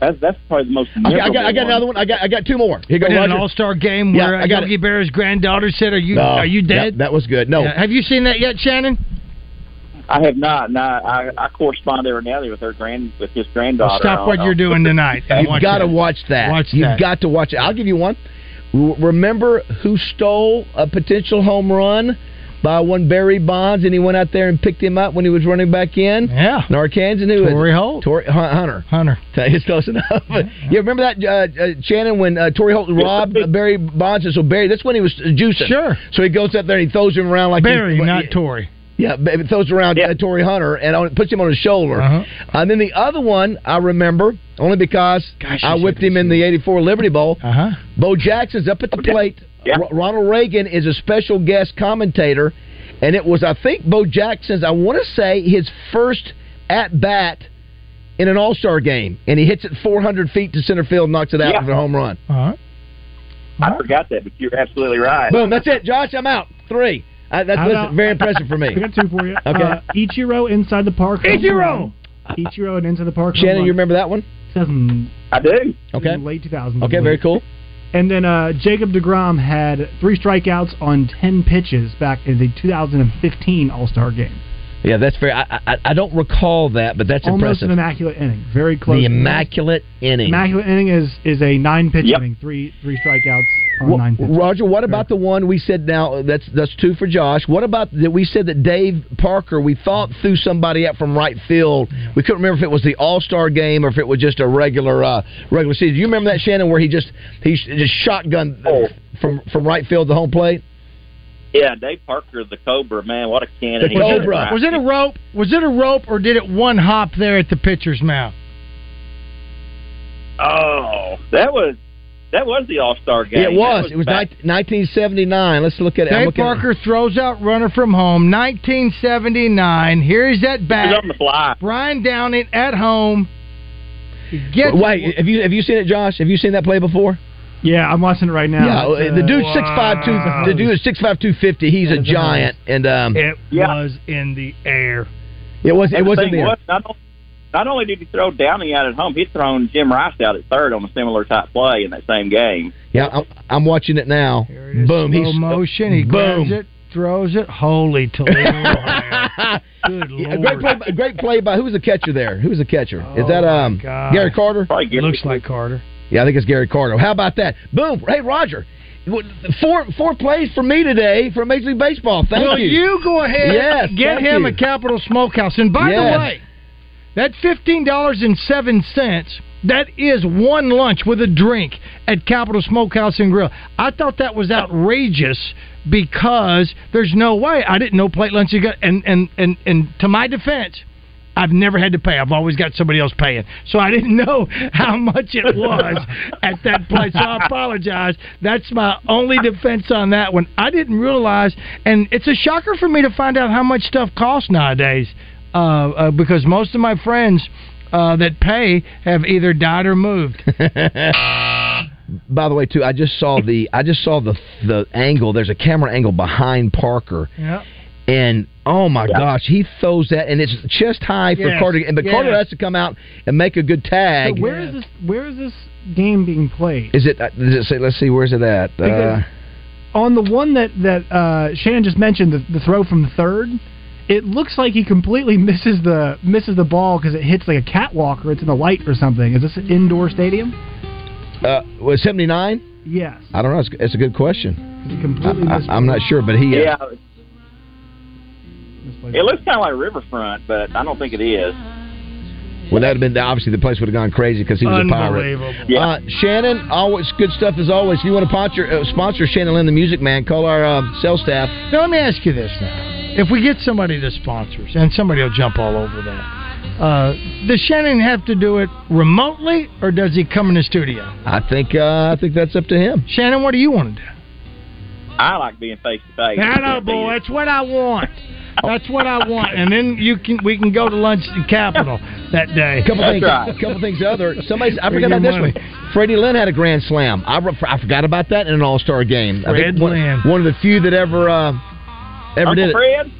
[SPEAKER 7] That's that's probably the most.
[SPEAKER 5] Okay, I got
[SPEAKER 7] memorable
[SPEAKER 5] I got another one. I got I got two more. Here
[SPEAKER 4] We
[SPEAKER 5] you go,
[SPEAKER 4] did an
[SPEAKER 5] Roger.
[SPEAKER 4] All Star game
[SPEAKER 5] Yeah,
[SPEAKER 4] where
[SPEAKER 5] I
[SPEAKER 4] uh,
[SPEAKER 5] got it.
[SPEAKER 4] Yogi Berra's granddaughter said, "Are you
[SPEAKER 5] No.
[SPEAKER 4] are you
[SPEAKER 5] Yeah,
[SPEAKER 4] dead?"
[SPEAKER 5] that was good. No.
[SPEAKER 4] Yeah. Have you seen that yet, Shannon?
[SPEAKER 7] I have not, and I, I, I correspond every now and then with her grand with his granddaughter.
[SPEAKER 4] Stop
[SPEAKER 7] on-
[SPEAKER 4] what you're
[SPEAKER 7] on-
[SPEAKER 4] doing tonight. and
[SPEAKER 5] You've got to watch that.
[SPEAKER 4] Watch
[SPEAKER 5] You've
[SPEAKER 4] that.
[SPEAKER 5] got to watch it. I'll give you one. R- remember who stole a potential home run by one Barry Bonds, and he went out there and picked him up when he was running back in.
[SPEAKER 4] Yeah,
[SPEAKER 5] In Arkansas, who was-
[SPEAKER 4] Torrey Holt.
[SPEAKER 5] Torrey- Hun- Hunter.
[SPEAKER 4] Hunter.
[SPEAKER 5] It's close enough. You remember that, uh, uh, Shannon, when uh, Torrey Holt robbed uh, Barry Bonds? And so Barry, that's when he was uh, juicing.
[SPEAKER 4] Sure.
[SPEAKER 5] So he goes up there and he throws him around like
[SPEAKER 4] Barry,
[SPEAKER 5] he's-
[SPEAKER 4] not Tory.
[SPEAKER 5] yeah, ba- it throws around uh, Torrey Hunter and on, puts him on his shoulder. Uh,
[SPEAKER 4] Uh-huh.
[SPEAKER 5] And then the other one I remember only because
[SPEAKER 4] Gosh,
[SPEAKER 5] I
[SPEAKER 4] you
[SPEAKER 5] whipped him in the '84 Liberty Bowl.
[SPEAKER 4] Uh huh.
[SPEAKER 5] Bo Jackson's up at the plate.
[SPEAKER 7] Oh, Yeah.
[SPEAKER 5] Ro- Ronald Reagan is a special guest commentator, and it was I think Bo Jackson's. I want to say his first at bat in an All Star game, and he hits it 400 feet to center field, knocks it out
[SPEAKER 7] Yeah.
[SPEAKER 5] for a home run.
[SPEAKER 4] All right.
[SPEAKER 7] I forgot that, but you're absolutely right.
[SPEAKER 5] Boom! That's it, Josh. I'm out. Three. Uh, I, that's
[SPEAKER 6] I'm
[SPEAKER 5] listen,
[SPEAKER 6] out.
[SPEAKER 5] very impressive for me.
[SPEAKER 6] I got two for you.
[SPEAKER 5] Okay.
[SPEAKER 6] Uh, Ichiro inside the park. home
[SPEAKER 4] Ichiro!
[SPEAKER 6] run. Ichiro and inside the park. home
[SPEAKER 5] Shannon,
[SPEAKER 6] run.
[SPEAKER 5] you remember that one?
[SPEAKER 6] 2000,
[SPEAKER 7] I do.
[SPEAKER 5] Okay.
[SPEAKER 6] Late 2000.
[SPEAKER 5] Okay, very cool.
[SPEAKER 6] And then uh, Jacob DeGrom had three strikeouts on 10 pitches back in the 2015 All Star game.
[SPEAKER 5] Yeah, that's very. I, I, I don't recall that, but that's
[SPEAKER 6] Almost
[SPEAKER 5] impressive.
[SPEAKER 6] an immaculate inning. Very close.
[SPEAKER 5] the immaculate inning.
[SPEAKER 6] Immaculate inning is, is a nine pitch
[SPEAKER 7] Yep.
[SPEAKER 6] inning, three three strikeouts on
[SPEAKER 5] Wha-
[SPEAKER 6] nine pitches.
[SPEAKER 5] Roger, what about the one we said now? That's that's two for Josh. What about that we said that Dave Parker we thought threw somebody out from right field. We couldn't remember if it was the All Star game or if it was just a regular uh, regular season. You remember that Shannon where he just he sh- just shotgun
[SPEAKER 7] Oh.
[SPEAKER 5] from from right field to home plate.
[SPEAKER 7] Yeah, Dave Parker, the Cobra, man, what a cannon!
[SPEAKER 5] The
[SPEAKER 7] He was.
[SPEAKER 5] Cobra.
[SPEAKER 4] Was it a rope? Was it a rope, or did it one hop there at the pitcher's mouth?
[SPEAKER 7] Oh, that was that was the All Star game.
[SPEAKER 5] it was.
[SPEAKER 7] That
[SPEAKER 5] It was
[SPEAKER 7] back-
[SPEAKER 5] ni- 1979. Let's look at it. I'm
[SPEAKER 4] Dave
[SPEAKER 5] looking-
[SPEAKER 4] Parker throws out runner from home, 1979. Here's at
[SPEAKER 7] It was
[SPEAKER 4] bat.
[SPEAKER 7] on the fly.
[SPEAKER 4] Brian Downing at home. He Gets
[SPEAKER 5] Wait, have you have you seen it, Josh? Have you seen that play before?
[SPEAKER 6] Yeah, I'm watching it right now.
[SPEAKER 5] yeah,
[SPEAKER 6] It's,
[SPEAKER 5] the
[SPEAKER 6] uh,
[SPEAKER 5] dude six five two. The dude is six five two fifty. He's a giant, and um,
[SPEAKER 4] It
[SPEAKER 7] Yeah.
[SPEAKER 4] was in the air.
[SPEAKER 5] it was it
[SPEAKER 7] And the
[SPEAKER 5] wasn't
[SPEAKER 7] thing
[SPEAKER 5] there.
[SPEAKER 7] was, not, only, not only did he throw Downey out at home, he'd thrown Jim Rice out at third on a similar type play in that same game.
[SPEAKER 5] Yeah, I'm, I'm watching it now.
[SPEAKER 4] Here it is,
[SPEAKER 5] Boom!
[SPEAKER 4] slow
[SPEAKER 5] He's
[SPEAKER 4] motion. He
[SPEAKER 5] boom.
[SPEAKER 4] grabs it, throws it. Holy Toledo! Good lord!
[SPEAKER 5] Yeah, a great play. A great play by who was the catcher there? Who was the catcher?
[SPEAKER 4] Oh,
[SPEAKER 5] is that
[SPEAKER 4] my
[SPEAKER 5] um
[SPEAKER 4] God.
[SPEAKER 5] Gary Carter?
[SPEAKER 7] Probably
[SPEAKER 4] It
[SPEAKER 7] Gary-
[SPEAKER 4] looks like Carter.
[SPEAKER 5] Yeah, I think it's Gary Carter. Oh, How about that? Boom! Hey, Roger, four four plays for me today for Major League Baseball. Thank
[SPEAKER 4] Will
[SPEAKER 5] you.
[SPEAKER 4] you go ahead?
[SPEAKER 5] Yes,
[SPEAKER 4] Get
[SPEAKER 5] thank
[SPEAKER 4] him
[SPEAKER 5] you.
[SPEAKER 4] a Capital Smokehouse. And by
[SPEAKER 5] Yes.
[SPEAKER 4] the way, that fifteen dollars and seven cents. That is one lunch with a drink at Capital Smokehouse and Grill. I thought that was outrageous because there's no way I didn't know plate lunch. You got and and and and to my defense. I've never had to pay. I've always got somebody else paying. So I didn't know how much it was at that place. So I apologize. That's my only defense on that one. I didn't realize, and it's a shocker for me to find out how much stuff costs nowadays uh, uh, because most of my friends uh, that pay have either died or moved.
[SPEAKER 5] By the way, too, I just saw the I just saw the the angle. There's a camera angle behind Parker.
[SPEAKER 4] Yeah.
[SPEAKER 5] And oh my gosh, he throws that, and it's chest high for
[SPEAKER 4] Yes,
[SPEAKER 5] Carter. And but Carter
[SPEAKER 4] yes.
[SPEAKER 5] has to come out and make a good
[SPEAKER 6] So
[SPEAKER 5] tag.
[SPEAKER 6] where is this? Where is this game being played?
[SPEAKER 5] Is it? uh, Does it say? Let's see. Where's it at?
[SPEAKER 6] Because-
[SPEAKER 5] Uh,
[SPEAKER 6] on the one that that uh, Shannon just mentioned, the, the throw from third, it looks like he completely misses the misses the ball because it hits like a catwalk or it's in the light or something. Is this an indoor stadium?
[SPEAKER 5] uh, was seventy nine?
[SPEAKER 6] Yes,
[SPEAKER 5] I don't know. It's, it's a good question.
[SPEAKER 6] he
[SPEAKER 5] I,
[SPEAKER 6] completely missed.
[SPEAKER 5] am not sure, but he. uh,
[SPEAKER 7] Yeah, it looks kind of like Riverfront, but I don't think it is.
[SPEAKER 5] Well, that would have been obviously the place would have gone crazy because he was a pirate.
[SPEAKER 4] Unbelievable.
[SPEAKER 7] Yeah.
[SPEAKER 5] Uh, Shannon, always good stuff as always. If you want to sponsor, uh, sponsor Shannon Lynn, the music man, call our uh, sales staff.
[SPEAKER 4] Now, let me ask you this now. If we get somebody that sponsors, and somebody will jump all over that, uh, does Shannon have to do it remotely or does he come in the studio?
[SPEAKER 5] I think uh, I think that's up to him.
[SPEAKER 4] Shannon, what do you want to do?
[SPEAKER 7] I like being face to face.
[SPEAKER 4] Hello, boy. That's what I want. That's what I want. And then you can we can go to lunch at Capitol that day.
[SPEAKER 5] couple
[SPEAKER 7] That's
[SPEAKER 5] things.
[SPEAKER 7] right.
[SPEAKER 5] couple things. Other somebody. I
[SPEAKER 4] For
[SPEAKER 5] forgot
[SPEAKER 4] your
[SPEAKER 5] about this
[SPEAKER 4] money.
[SPEAKER 5] one. Freddie Lynn had a grand slam. I, re- I forgot about that in an All Star game. I
[SPEAKER 4] Fred
[SPEAKER 5] think one,
[SPEAKER 4] Lynn.
[SPEAKER 5] one of the few that ever uh, ever
[SPEAKER 7] Uncle
[SPEAKER 5] did it.
[SPEAKER 7] Fred?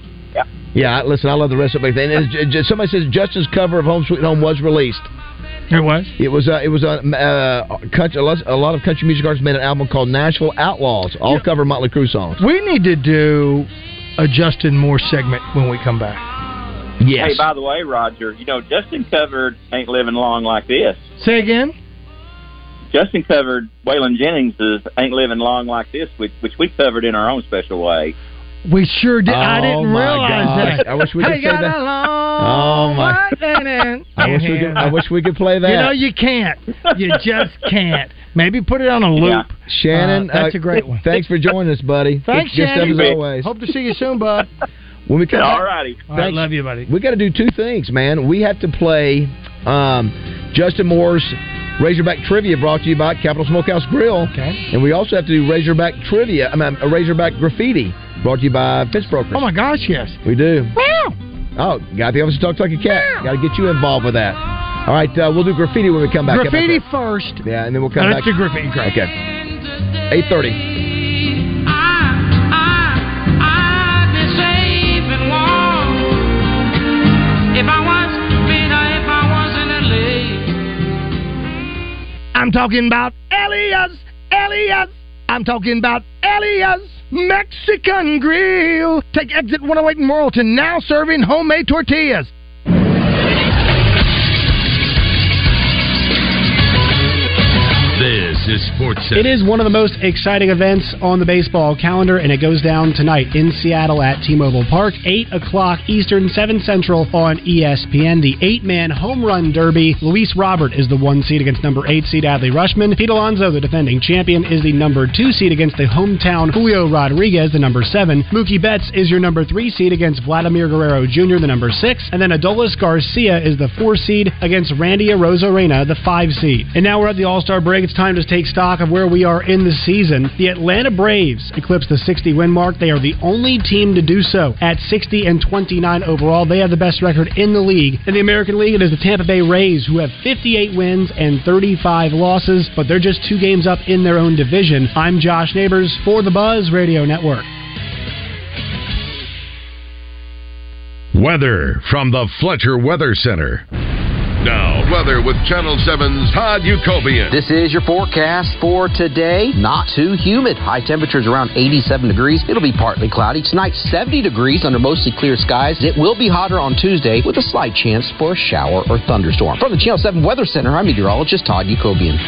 [SPEAKER 5] Yeah, I- listen, I love the rest of everything. And it's- it's- somebody says Justin's cover of Home Sweet Home was released.
[SPEAKER 4] It was.
[SPEAKER 5] It was uh, it was uh, m- uh, country, a, lot, a lot of country music artists made an album called Nashville Outlaws, all cover Motley Crue songs.
[SPEAKER 4] We need to do a Justin Moore segment when we come back.
[SPEAKER 5] Yes.
[SPEAKER 7] Hey, by the way, Roger, you know Justin covered ain't living long like this.
[SPEAKER 4] Say again.
[SPEAKER 7] Justin covered Waylon Jennings' "Ain't Living Long Like This," which, which we covered in our own special way.
[SPEAKER 4] We sure did. I
[SPEAKER 5] Oh,
[SPEAKER 4] didn't
[SPEAKER 5] my
[SPEAKER 4] realize
[SPEAKER 5] gosh.
[SPEAKER 4] that.
[SPEAKER 5] I wish we
[SPEAKER 4] Hey,
[SPEAKER 5] could say
[SPEAKER 4] got
[SPEAKER 5] that.
[SPEAKER 4] along
[SPEAKER 5] Oh, my.
[SPEAKER 4] with an
[SPEAKER 5] I wish, we could, I
[SPEAKER 4] hand.
[SPEAKER 5] wish we could play that.
[SPEAKER 4] You know you can't. You just can't. Maybe put it on a loop.
[SPEAKER 5] Shannon,
[SPEAKER 4] Uh, that's a great one.
[SPEAKER 5] Thanks for joining us, buddy.
[SPEAKER 4] Thanks,
[SPEAKER 5] Good
[SPEAKER 4] Shannon.
[SPEAKER 5] stuff as always.
[SPEAKER 4] Hope to see you soon, bud.
[SPEAKER 5] When we come back,
[SPEAKER 7] All righty.
[SPEAKER 4] All right,
[SPEAKER 5] Thanks.
[SPEAKER 4] love you, buddy.
[SPEAKER 5] we got to do two things, man. We have to play um, Justin Moore's Razorback Trivia, brought to you by Capital Smokehouse Grill,
[SPEAKER 4] Okay.
[SPEAKER 5] and we also have to do Razorback Trivia. I mean, uh, Razorback Graffiti, brought to you by Fitz Brokers.
[SPEAKER 4] Oh my gosh, yes.
[SPEAKER 5] we do.
[SPEAKER 4] Wow.
[SPEAKER 5] Oh, got the office talks like a cat. Got to get you involved with that. All right, uh, we'll do graffiti when we come back. How about
[SPEAKER 4] Graffiti
[SPEAKER 5] that?
[SPEAKER 4] first.
[SPEAKER 5] Yeah, and then we'll come
[SPEAKER 4] No,
[SPEAKER 5] back.
[SPEAKER 4] let's do graffiti. Great.
[SPEAKER 5] Okay. 8:30.
[SPEAKER 4] I'm talking about Elias, Elias. I'm talking about Elias Mexican Grill. Take exit 108 in Morrilton, now serving homemade tortillas.
[SPEAKER 8] This is Sports
[SPEAKER 6] It is one of the most exciting events on the baseball calendar, and it goes down tonight in Seattle at T Mobile Park, 8 o'clock Eastern, 7 Central on E ESPN. The eight man home run derby. Luis Robert is the one seed against number eight seed Adley Rushman. Pete Alonso, the defending champion, is the number two seed against the hometown Julio Rodriguez, the number seven. Mookie Betts is your number three seed against Vladimir Guerrero Jr., the number six. And then Adolis Garcia is the four seed against Randy Arozarena, the five seed. And now we're at the All Star break. It's time to take stock of where we are in the season. The Atlanta Braves eclipsed the 60 win mark. They are the only team to do so at 60 and 29 overall. They have the best record in the league. In the American League, it is the Tampa Bay Rays who have 58 wins and 35 losses, but they're just two games up in their own division. I'm Josh Neighbors for the Buzz Radio Network.
[SPEAKER 1] Weather from the Fletcher Weather Center. Now, weather with Channel 7's Todd Ukobian.
[SPEAKER 9] This is your forecast for today. Not too humid. High temperatures around 87 degrees. It'll be partly cloudy. Tonight, 70 degrees under mostly clear skies. It will be hotter on Tuesday with a slight chance for a shower or thunderstorm. From the Channel 7 Weather Center, I'm meteorologist Todd Ukobian.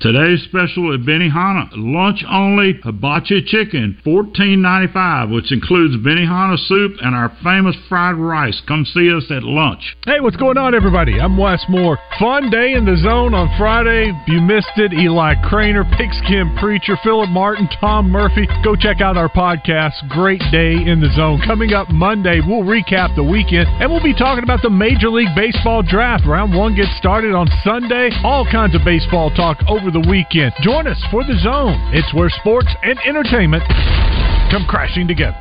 [SPEAKER 10] Today's special at Benihana: lunch only hibachi chicken, fourteen ninety five, which includes Benihana soup and our famous fried rice. Come see us at lunch.
[SPEAKER 11] Hey, what's going on, everybody? I'm Wes Moore. Fun day in the zone on Friday. If You missed it. Eli Craner, Pigskin Preacher, Philip Martin, Tom Murphy. Go check out our podcast, Great Day in the Zone. Coming up Monday, we'll recap the weekend and we'll be talking about the Major League Baseball draft. Round one gets started on Sunday. All kinds of baseball talk over the weekend. Join us for the zone. It's where sports and entertainment come crashing together.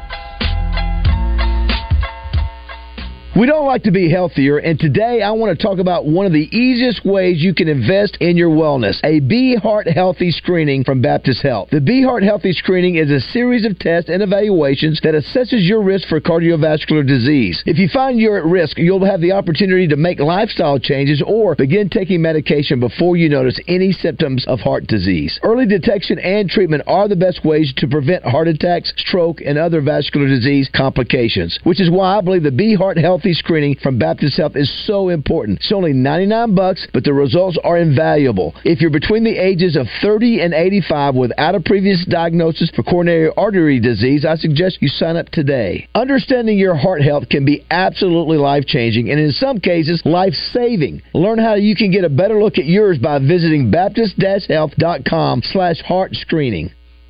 [SPEAKER 5] We don't like to be healthier, and today I want to talk about one of the easiest ways you can invest in your wellness a Be Heart Healthy screening from Baptist Health. The Be Heart Healthy screening is a series of tests and evaluations that assesses your risk for cardiovascular disease. If you find you're at risk, you'll have the opportunity to make lifestyle changes or begin taking medication before you notice any symptoms of heart disease. Early detection and treatment are the best ways to prevent heart attacks, stroke, and other vascular disease complications, which is why I believe the Be Heart Healthy screening from Baptist Health is so important. It's only 99 bucks, but the results are invaluable. If you're between the ages of 30 and 85 without a previous diagnosis for coronary artery disease, I suggest you sign up today. Understanding your heart health can be absolutely life-changing and in some cases life-saving. Learn how you can get a better look at yours by visiting baptist-health.com slash heart screening.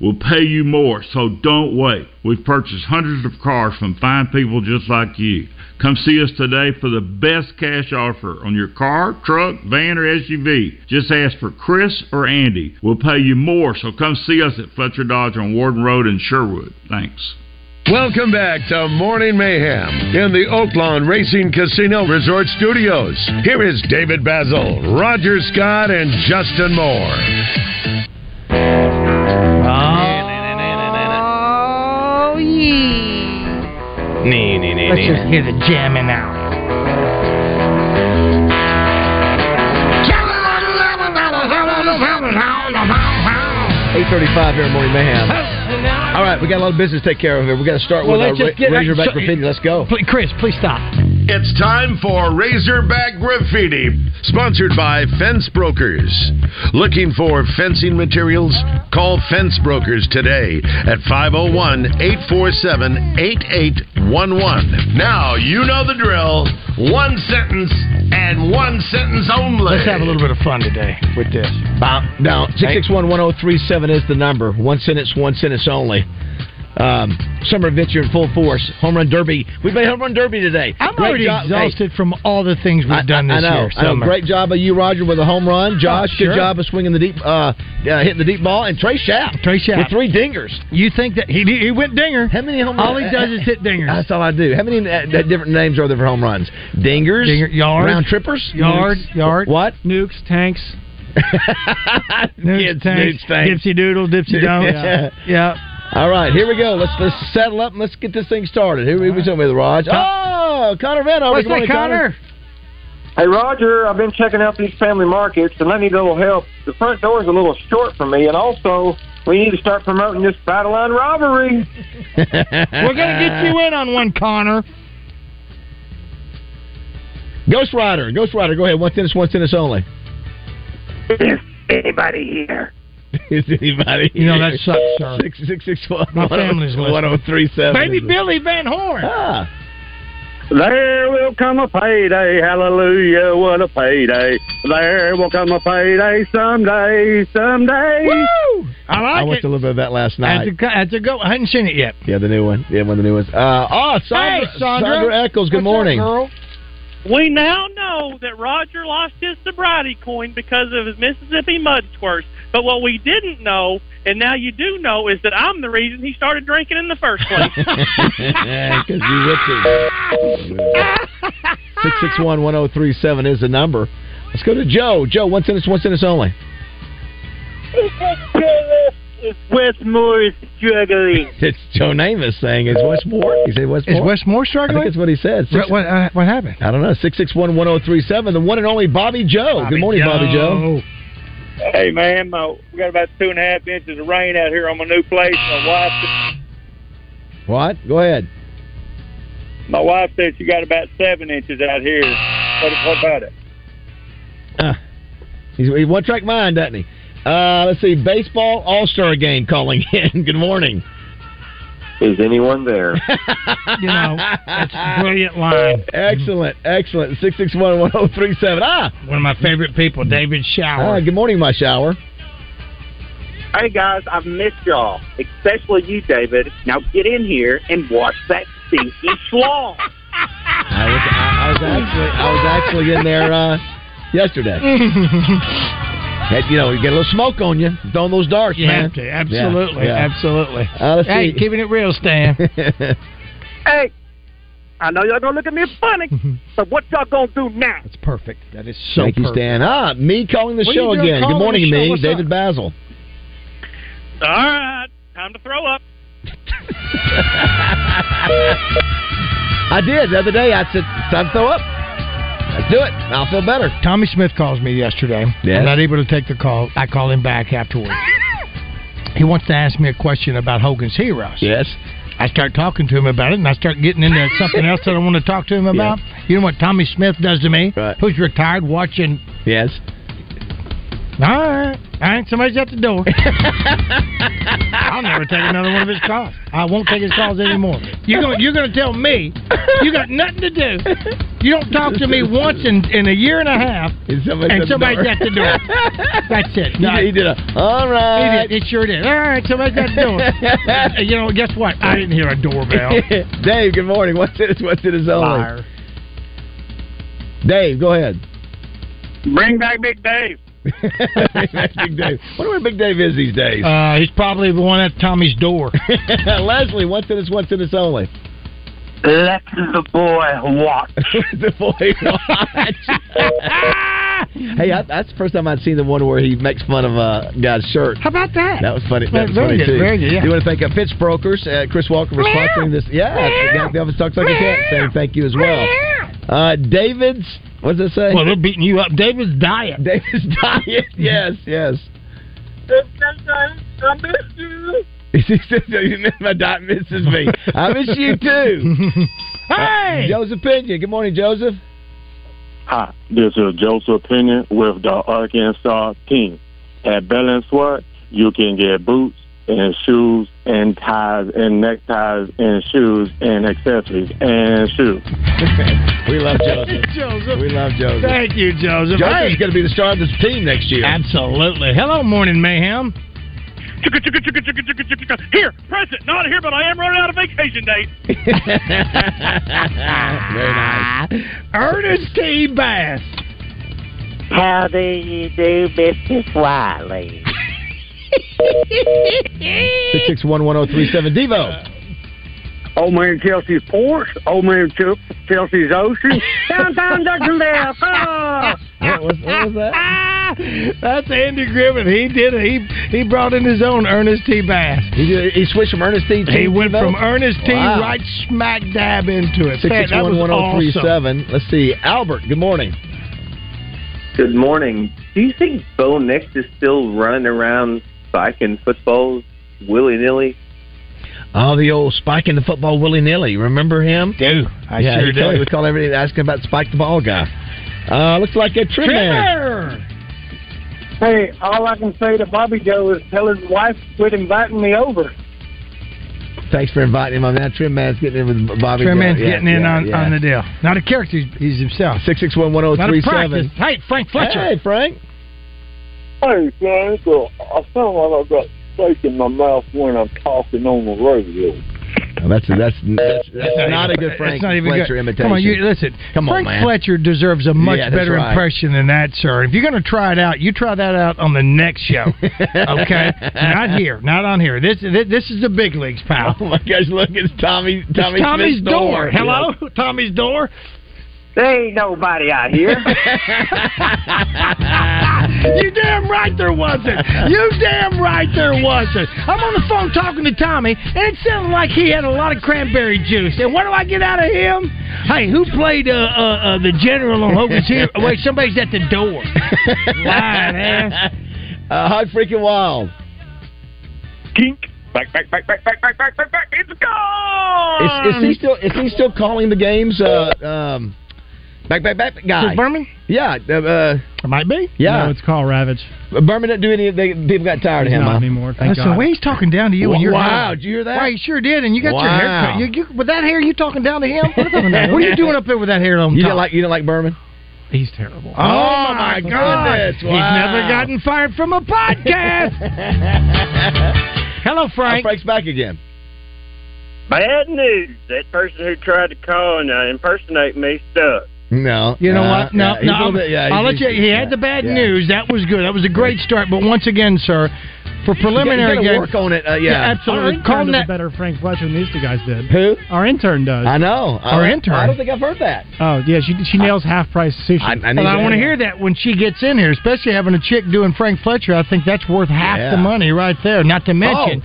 [SPEAKER 10] We'll pay you more, so don't wait. We've purchased hundreds of cars from fine people just like you. Come see us today for the best cash offer on your car, truck, van, or SUV. Just ask for Chris or Andy. We'll pay you more, so come see us at Fletcher Dodge on Warden Road in Sherwood. Thanks.
[SPEAKER 8] Welcome back to Morning Mayhem in the Oaklawn Racing Casino Resort Studios. Here is David Basil, Roger Scott, and Justin Moore.
[SPEAKER 4] Oh, yeah.
[SPEAKER 5] Nee, nee, nee,
[SPEAKER 4] Let's
[SPEAKER 5] nee.
[SPEAKER 4] just hear the jamming out.
[SPEAKER 5] Eight thirty-five here, in morning mayhem. All right, we got a lot of business to take care of here. We got to start
[SPEAKER 4] Well,
[SPEAKER 5] with
[SPEAKER 4] let's
[SPEAKER 5] our
[SPEAKER 4] just get-
[SPEAKER 5] ra- Razorback
[SPEAKER 4] so-
[SPEAKER 5] Graffiti. Let's go,
[SPEAKER 4] Chris. Please stop.
[SPEAKER 8] It's time for Razorback Graffiti, sponsored by Fence Brokers. Looking for fencing materials? Call Fence Brokers today at 501 847 8811. Now, you know the drill. One sentence and one sentence only.
[SPEAKER 4] Let's have a little bit of fun today with this.
[SPEAKER 5] Bop, down. Six six one one zero three seven is the number. One sentence, one sentence only. Um, summer adventure in full force. Home run derby. We played home run derby today.
[SPEAKER 4] I'm
[SPEAKER 5] Great
[SPEAKER 4] already
[SPEAKER 5] job- hey,
[SPEAKER 4] exhausted from all the things we've done this
[SPEAKER 5] I know.
[SPEAKER 4] year.
[SPEAKER 5] I know.
[SPEAKER 4] Summer. Oh,
[SPEAKER 5] Great job of you, Roger, with a home run. Josh,
[SPEAKER 4] sure.
[SPEAKER 5] good job of swinging the deep, uh, uh, hitting the deep ball, and Trey Shapp.
[SPEAKER 4] Trey Shapp.
[SPEAKER 5] with three dingers.
[SPEAKER 4] You think that he he went dinger?
[SPEAKER 5] How many home
[SPEAKER 4] All
[SPEAKER 5] run-
[SPEAKER 4] he does is hit dingers.
[SPEAKER 5] That's all I do. How many uh, different names are there for home runs? Dingers,
[SPEAKER 4] Dinger- yard.
[SPEAKER 5] round trippers,
[SPEAKER 4] Yard, yard.
[SPEAKER 5] What?
[SPEAKER 12] Nukes, tanks.
[SPEAKER 5] Nukes,
[SPEAKER 4] tanks,
[SPEAKER 5] nukes, tanks.
[SPEAKER 4] Dipsy doodle, dipsy don't.
[SPEAKER 5] Yeah.
[SPEAKER 4] yeah.
[SPEAKER 5] All right, here we go. Let's let's settle up and let's get this thing started. Here we go, with Raj. Oh, Connor Van Over.
[SPEAKER 4] What's
[SPEAKER 5] Good morning,
[SPEAKER 4] that, Connor?
[SPEAKER 2] Hey, Roger, I've been checking out these family markets, and I need a little help. The front door is a little short for me, and also we need to start promoting this battle line robbery.
[SPEAKER 4] We're gonna get you in on one, Connor.
[SPEAKER 5] Ghost Rider. Ghost Rider. Go ahead. One tennis. One tennis only.
[SPEAKER 13] Is anybody here?
[SPEAKER 5] Is anybody?
[SPEAKER 4] You know,
[SPEAKER 5] here?
[SPEAKER 4] that sucks, sir.
[SPEAKER 5] Six six six one.
[SPEAKER 4] My family's listening.
[SPEAKER 5] 1037.
[SPEAKER 4] Baby Billy Van Horn.
[SPEAKER 5] Ah.
[SPEAKER 2] There will come a payday, hallelujah, what a payday. There will come a payday someday, someday.
[SPEAKER 4] Woo! I
[SPEAKER 5] I
[SPEAKER 4] like
[SPEAKER 5] watched
[SPEAKER 4] it.
[SPEAKER 5] a little bit of that last
[SPEAKER 4] That's
[SPEAKER 5] night.
[SPEAKER 4] a, go- that's a go. I hadn't seen it yet.
[SPEAKER 5] Yeah, the new one. Yeah, one of the new ones. Uh, oh, Sandra,
[SPEAKER 4] Hey, Sandra.
[SPEAKER 5] Eccles. Good morning.
[SPEAKER 3] We now know that Roger lost his sobriety coin because of his Mississippi mud squirts. But what we didn't know, and now you do know, is that I'm the reason he started drinking in the first place.
[SPEAKER 5] Because you with Six six one one zero three seven is the number. Let's go to Joe. Joe, one sentence, one sentence only.
[SPEAKER 13] Westmore is struggling.
[SPEAKER 5] It's Joe Namath saying it's Westmore. He said Westmore.
[SPEAKER 4] Is Westmore struggling?
[SPEAKER 5] I think that's what he said. Six-
[SPEAKER 4] what, uh, what happened?
[SPEAKER 5] I don't know. Six six one one zero three seven. The one and only Bobby Joe. Good morning, Bobby Joe.
[SPEAKER 2] Hey, man, my, we got about two and a half inches of rain out here on my new place. My wife,
[SPEAKER 5] What? Go ahead.
[SPEAKER 2] my wife said she got about seven inches out here. What, what about it?
[SPEAKER 5] Uh, he's, he's one track mind, doesn't he? Uh, let's see. Baseball All Star Game calling in. Good morning.
[SPEAKER 2] Is anyone there?
[SPEAKER 4] You know, that's a brilliant line.
[SPEAKER 5] Excellent, excellent. Six six one one zero three seven. Ah,
[SPEAKER 4] One of my favorite people, David Shower.
[SPEAKER 5] ah. Good morning, my shower.
[SPEAKER 7] Hey guys, I've missed y'all, especially you, David. Now get in here and wash that stinky sloth.
[SPEAKER 5] I was, I, I was actually, I was actually in there uh, yesterday. Had- you know, you get a little smoke on you throwing those darts,
[SPEAKER 4] You
[SPEAKER 5] man.
[SPEAKER 4] have to. Absolutely, absolutely.
[SPEAKER 5] Uh, let's
[SPEAKER 4] hey,
[SPEAKER 5] see.
[SPEAKER 4] keeping it real, Stan.
[SPEAKER 7] hey, I know y'all gonna look at me funny, but what y'all gonna do now?
[SPEAKER 4] That's perfect. That is so
[SPEAKER 5] Thank you,
[SPEAKER 4] perfect.
[SPEAKER 5] Stan. Ah, me calling the
[SPEAKER 4] What are
[SPEAKER 5] show
[SPEAKER 4] you doing
[SPEAKER 5] again.
[SPEAKER 4] calling
[SPEAKER 5] Good morning,
[SPEAKER 4] the show?
[SPEAKER 5] me,
[SPEAKER 4] What's
[SPEAKER 5] David
[SPEAKER 4] up?
[SPEAKER 5] Basil.
[SPEAKER 3] All right, time to throw up.
[SPEAKER 5] I did the other day. I said, it's time to throw up. Let's do it. I'll feel better.
[SPEAKER 4] Tommy Smith calls me yesterday.
[SPEAKER 5] Yes.
[SPEAKER 4] I'm not able to take the call. I call him back afterwards. he wants to ask me a question about Hogan's Heroes.
[SPEAKER 5] Yes.
[SPEAKER 4] I start talking to him about it, and I start getting into something else that I want to talk to him about. You know what Tommy Smith does to me? Who's retired watching?
[SPEAKER 5] Yes.
[SPEAKER 4] All right, all right. Somebody's at the door. I'll never take another one of his calls. I won't take his calls anymore. You're going you're gonna tell me you got nothing to do. You don't talk to me once in, in a year and a half,
[SPEAKER 5] And somebody's
[SPEAKER 4] and
[SPEAKER 5] at the
[SPEAKER 4] somebody's
[SPEAKER 5] door.
[SPEAKER 4] at the door. That's it.
[SPEAKER 5] He did- he did a, "All
[SPEAKER 4] He
[SPEAKER 5] right."
[SPEAKER 4] did. It sure did. All right, somebody's at the door. And you know, guess what? I didn't hear a doorbell.
[SPEAKER 5] Dave, good morning. What's it? What's it is only?
[SPEAKER 4] Liar.
[SPEAKER 5] Dave, go ahead.
[SPEAKER 2] Bring back Big Dave.
[SPEAKER 5] Big Dave. Wonder where Big Dave is these days.
[SPEAKER 4] Uh, he's probably the one at Tommy's door.
[SPEAKER 5] Leslie, what's in this? What's in this only?
[SPEAKER 2] Let the boy watch.
[SPEAKER 5] the boy watch. hey, I, that's the first time I'd seen the one where he makes fun of uh, guy's shirt.
[SPEAKER 4] How about that?
[SPEAKER 5] That was funny. That
[SPEAKER 4] Very
[SPEAKER 5] was funny
[SPEAKER 4] good,
[SPEAKER 5] too.
[SPEAKER 4] very good, yeah.
[SPEAKER 5] You want to thank uh, Fitz Brokers, uh, Chris Walker for
[SPEAKER 4] Meow.
[SPEAKER 5] sponsoring this. Yeah,
[SPEAKER 4] Meow.
[SPEAKER 5] the, the office talks like a cat. Saying thank you as well. Uh, David's. What does it say?
[SPEAKER 4] Well, they're beating you up. David's diet.
[SPEAKER 5] David's diet. Yes, yes.
[SPEAKER 14] I miss you.
[SPEAKER 5] He says, "You miss my diet misses me. I miss you too. hey, Joseph Pinion. Good morning, Joseph.
[SPEAKER 15] Hi, this is Joseph Pinion with the Arkansas team. At Bell and Swart, you can get boots and shoes and ties and neckties and shoes and accessories and shoes.
[SPEAKER 5] we love Joseph.
[SPEAKER 4] Joseph.
[SPEAKER 5] We love Joseph.
[SPEAKER 4] Thank you, Joseph.
[SPEAKER 5] Joseph's
[SPEAKER 4] Hey.
[SPEAKER 5] going to be the star of this team next year.
[SPEAKER 4] Absolutely. Hello, morning mayhem.
[SPEAKER 3] Here, press it. Not here, but I am running out of vacation days.
[SPEAKER 5] Very nice.
[SPEAKER 4] Ernest T. Bass.
[SPEAKER 14] How do you do, Mrs. Wiley?
[SPEAKER 5] Six six one one zero three seven. Devo.
[SPEAKER 2] Uh, Old man Chelsea's porch. Old man Ch- Chelsea's ocean.
[SPEAKER 14] Downtown Jacksonville. Oh.
[SPEAKER 5] What was, what was
[SPEAKER 4] that? That's Andy Griffith. He did it. He he brought in his own Ernest T. Bass.
[SPEAKER 5] He did, he switched from Ernest T. to
[SPEAKER 4] He went
[SPEAKER 5] Devo?
[SPEAKER 4] from Ernest T.
[SPEAKER 5] Wow.
[SPEAKER 4] right smack dab into it.
[SPEAKER 5] Six
[SPEAKER 4] Man,
[SPEAKER 5] six
[SPEAKER 4] that was
[SPEAKER 5] one one zero three
[SPEAKER 4] awesome.
[SPEAKER 5] seven. Let's see. Albert. Good morning.
[SPEAKER 16] Good morning. Do you think Bo Nix is still running around spiking footballs willy nilly?
[SPEAKER 5] Oh, the old spike in the football willy nilly. Remember him?
[SPEAKER 4] Do
[SPEAKER 16] I
[SPEAKER 5] yeah,
[SPEAKER 16] sure
[SPEAKER 5] he Called,
[SPEAKER 16] do.
[SPEAKER 5] he was calling everybody asking about Spike the ball guy. Uh, looks like a trim man.
[SPEAKER 17] Hey, all I can say to Bobby Joe is tell his wife to quit inviting me over.
[SPEAKER 5] Thanks for inviting him on that. Trim man's getting in with Bobby.
[SPEAKER 4] Trim
[SPEAKER 5] Joe.
[SPEAKER 4] man's
[SPEAKER 5] Yeah,
[SPEAKER 4] getting in
[SPEAKER 5] yeah,
[SPEAKER 4] on,
[SPEAKER 5] yeah.
[SPEAKER 4] on the deal. Not a character. He's, he's himself.
[SPEAKER 5] Six six one oh, one zero
[SPEAKER 4] Not a
[SPEAKER 5] three
[SPEAKER 4] practice.
[SPEAKER 5] seven.
[SPEAKER 4] Hey, Frank Fletcher.
[SPEAKER 5] Hey, Frank.
[SPEAKER 7] Hey, Frank, uh, I sound like I got steak in my mouth when I'm talking on the radio.
[SPEAKER 5] Oh, that's that's that's, that's
[SPEAKER 4] It's
[SPEAKER 5] not, a
[SPEAKER 4] even-
[SPEAKER 5] good Frank
[SPEAKER 4] it's not even
[SPEAKER 5] Fletcher
[SPEAKER 4] good.
[SPEAKER 5] imitation.
[SPEAKER 4] Come on, you, listen.
[SPEAKER 5] Come on,
[SPEAKER 4] Frank
[SPEAKER 5] man.
[SPEAKER 4] Fletcher deserves a much
[SPEAKER 5] Yeah, that's
[SPEAKER 4] better
[SPEAKER 5] right.
[SPEAKER 4] impression than that, sir. If you're going to try it out, you try that out on the next show. okay, not here, not on here. This this, this is the big leagues, pal. Oh
[SPEAKER 5] my gosh, look, it's Tommy.
[SPEAKER 4] It's
[SPEAKER 5] Tommy
[SPEAKER 4] Tommy's
[SPEAKER 5] Smith's
[SPEAKER 4] door.
[SPEAKER 5] door.
[SPEAKER 4] Hello, Tommy's door.
[SPEAKER 2] There ain't nobody out
[SPEAKER 4] here.
[SPEAKER 2] you
[SPEAKER 4] damn right there wasn't. You damn right there wasn't. I'm on the phone talking to Tommy, and it sounded like he had a lot of cranberry juice. And what do I get out of him? Hey, who played uh, uh, uh, the general on Hogan's here? Wait, somebody's at the door. Lying ass.
[SPEAKER 5] Uh, hot freaking wild.
[SPEAKER 2] Kink. Back, back, back, back, back, back, back, back, back. It's gone.
[SPEAKER 5] Is, is he still is he still calling the games? Uh, um, back back back guy.
[SPEAKER 6] Is Berman?
[SPEAKER 5] Yeah. Uh, uh,
[SPEAKER 4] it might be.
[SPEAKER 5] Yeah.
[SPEAKER 6] No, it's called Ravage.
[SPEAKER 5] Berman didn't do any. They, people got tired
[SPEAKER 6] He's
[SPEAKER 5] of him.
[SPEAKER 6] not
[SPEAKER 5] huh?
[SPEAKER 6] anymore.
[SPEAKER 4] I said, well, he's talking down to you and
[SPEAKER 5] Wow,
[SPEAKER 4] your
[SPEAKER 5] wow,
[SPEAKER 4] hair.
[SPEAKER 5] Oh, did you hear that?
[SPEAKER 4] Why, he sure did. And you got your
[SPEAKER 5] Wow.
[SPEAKER 4] hair cut. You, you, with that hair, you talking down to him? What are you doing up there with that hair on
[SPEAKER 5] You
[SPEAKER 4] top?
[SPEAKER 5] didn't like you didn't like Berman.
[SPEAKER 6] He's terrible.
[SPEAKER 4] Oh, my goodness!
[SPEAKER 5] Wow.
[SPEAKER 4] He's never gotten fired from a podcast. Hello, Frank.
[SPEAKER 5] Oh, Frank's back again.
[SPEAKER 2] Bad news. That person who tried to call and uh, impersonate me stuck.
[SPEAKER 5] No.
[SPEAKER 4] You know
[SPEAKER 5] uh,
[SPEAKER 4] what? No,
[SPEAKER 5] yeah, he's
[SPEAKER 4] no.
[SPEAKER 5] a little
[SPEAKER 4] I'll,
[SPEAKER 5] bit- yeah,
[SPEAKER 4] I'll let
[SPEAKER 5] he's-
[SPEAKER 4] you. He
[SPEAKER 5] yeah,
[SPEAKER 4] had the bad
[SPEAKER 5] yeah.
[SPEAKER 4] news. That was good. That was a great start. But once again, sir, for preliminary
[SPEAKER 5] gotta
[SPEAKER 4] game,
[SPEAKER 5] work on it, uh, yeah.
[SPEAKER 6] Our
[SPEAKER 4] absolutely.
[SPEAKER 6] intern
[SPEAKER 4] Call
[SPEAKER 6] does a
[SPEAKER 4] that.
[SPEAKER 6] better Frank Fletcher than these two guys did.
[SPEAKER 5] Who?
[SPEAKER 6] Our intern does.
[SPEAKER 5] I know.
[SPEAKER 6] Our
[SPEAKER 5] I-
[SPEAKER 6] intern.
[SPEAKER 5] I don't think I've heard that.
[SPEAKER 6] Oh yeah, she she nails half price sushi.
[SPEAKER 5] I
[SPEAKER 4] Well, I want to hear that when she gets in here, especially having a chick doing Frank Fletcher. I think that's worth half
[SPEAKER 5] Yeah.
[SPEAKER 4] the
[SPEAKER 5] Oh.
[SPEAKER 4] money right there. Not to mention